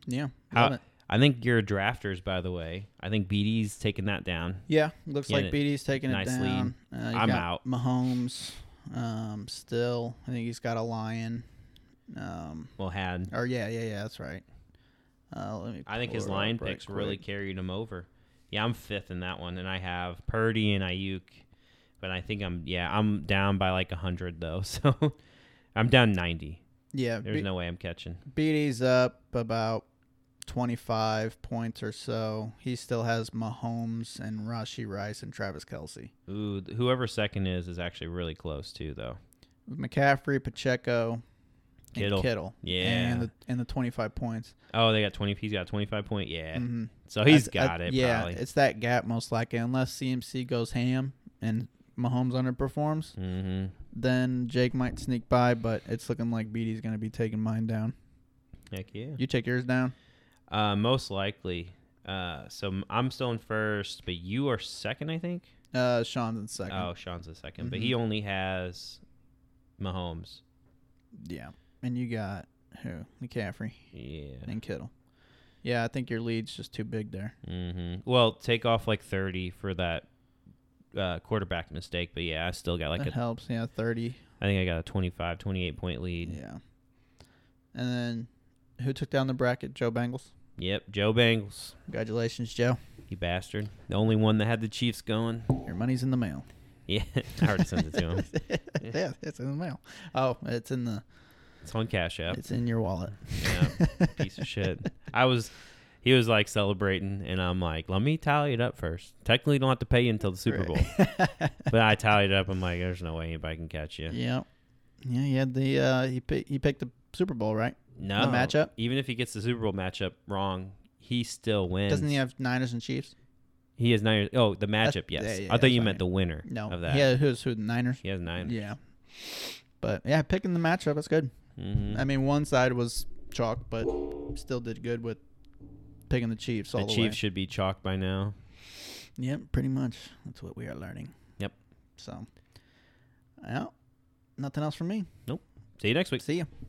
C: Yeah, love
B: How,
C: it.
B: I think your drafters, by the way. I think BD's taking that down.
C: Yeah, looks
B: Yeah,
C: like BD's taking
B: nice
C: it
B: lead.
C: down. Uh, you
B: I'm
C: got
B: out.
C: Mahomes, um, still. I think he's got a lion. Um,
B: Well, had
C: Or yeah, yeah, yeah. That's right. Uh, let me.
B: I think
C: pull
B: his
C: it up
B: line
C: right
B: picks really
C: quick.
B: carried him over. Yeah, I'm fifth in that one, and I have Purdy and Ayuk, but I think I'm yeah I'm down by like hundred though, so I'm down ninety.
C: Yeah,
B: There's
C: B-
B: no way I'm catching.
C: BD's up about 25 points or so. He still has Mahomes and Rashi Rice and Travis Kelsey.
B: Ooh, th- whoever second is is actually really close too, though.
C: McCaffrey, Pacheco, and
B: Kittle.
C: Kittle.
B: Yeah.
C: And the, and the 25 points.
B: Oh, they got twenty. He's got twenty five point. Yeah.
C: Mhm.
B: So he's
C: I- I-
B: got it.
C: Yeah,
B: Probably.
C: it's that gap most likely. Unless CMC goes ham and Mahomes underperforms,
B: mm-hmm.
C: then Jake might sneak by, but it's looking like BD's going to be taking mine down.
B: Heck yeah.
C: You take yours down?
B: Uh, most likely. Uh, so m- I'm still in first, but you are second, I think.
C: Uh, Sean's in second.
B: Oh, Sean's in 2nd but he
C: Mhm.
B: only has Mahomes.
C: Yeah. And you got who? McCaffrey
B: Yeah.
C: and Kittle. Yeah, I think your lead's just too big there.
B: hmm Well, take off like 30 for that uh, quarterback mistake, but yeah, I still got like
C: that
B: a.
C: helps. Yeah, 30.
B: I think I got a 25, 28 point lead.
C: Yeah. And then who took down the bracket? Joe Bengals.
B: Yep, Joe Bengals,
C: Congratulations, Joe.
B: you bastard. The only one that had the Chiefs going.
C: Your money's in the mail.
B: Yeah, I already sent it to him.
C: yeah, it's in the mail. Oh, it's in the
B: It's on Cash App.
C: it's in your wallet.
B: Yeah, piece of shit. I was, he was like celebrating, and I'm like, let me tally it up first. Technically, don't have to pay you until the Super
C: Right.
B: Bowl, but I tallied it up. I'm like, there's no way anybody can catch you.
C: Yeah. Yeah, he had the uh he pick, he picked the Super Bowl, right?
B: No
C: matchup?
B: Even if he gets the Super Bowl matchup wrong, he still wins.
C: Doesn't he have Niners and Chiefs?
B: He has nine. Oh, the matchup. yes.
C: yeah, yeah,
B: I thought
C: that's
B: you
C: what I
B: meant
C: mean.
B: the winner.
C: No.
B: of that.
C: Yeah, who's who the Niners?
B: He has nine.
C: Yeah. But yeah, picking the matchup that's good.
B: Mhm.
C: I mean, one side was chalk, but still did good with picking the Chiefs all
B: The
C: the,
B: Chiefs should be chalked by now.
C: way. Yep, pretty much. That's what we are learning.
B: Yep.
C: So, yeah, nothing else from me.
B: See you next week.
C: See ya.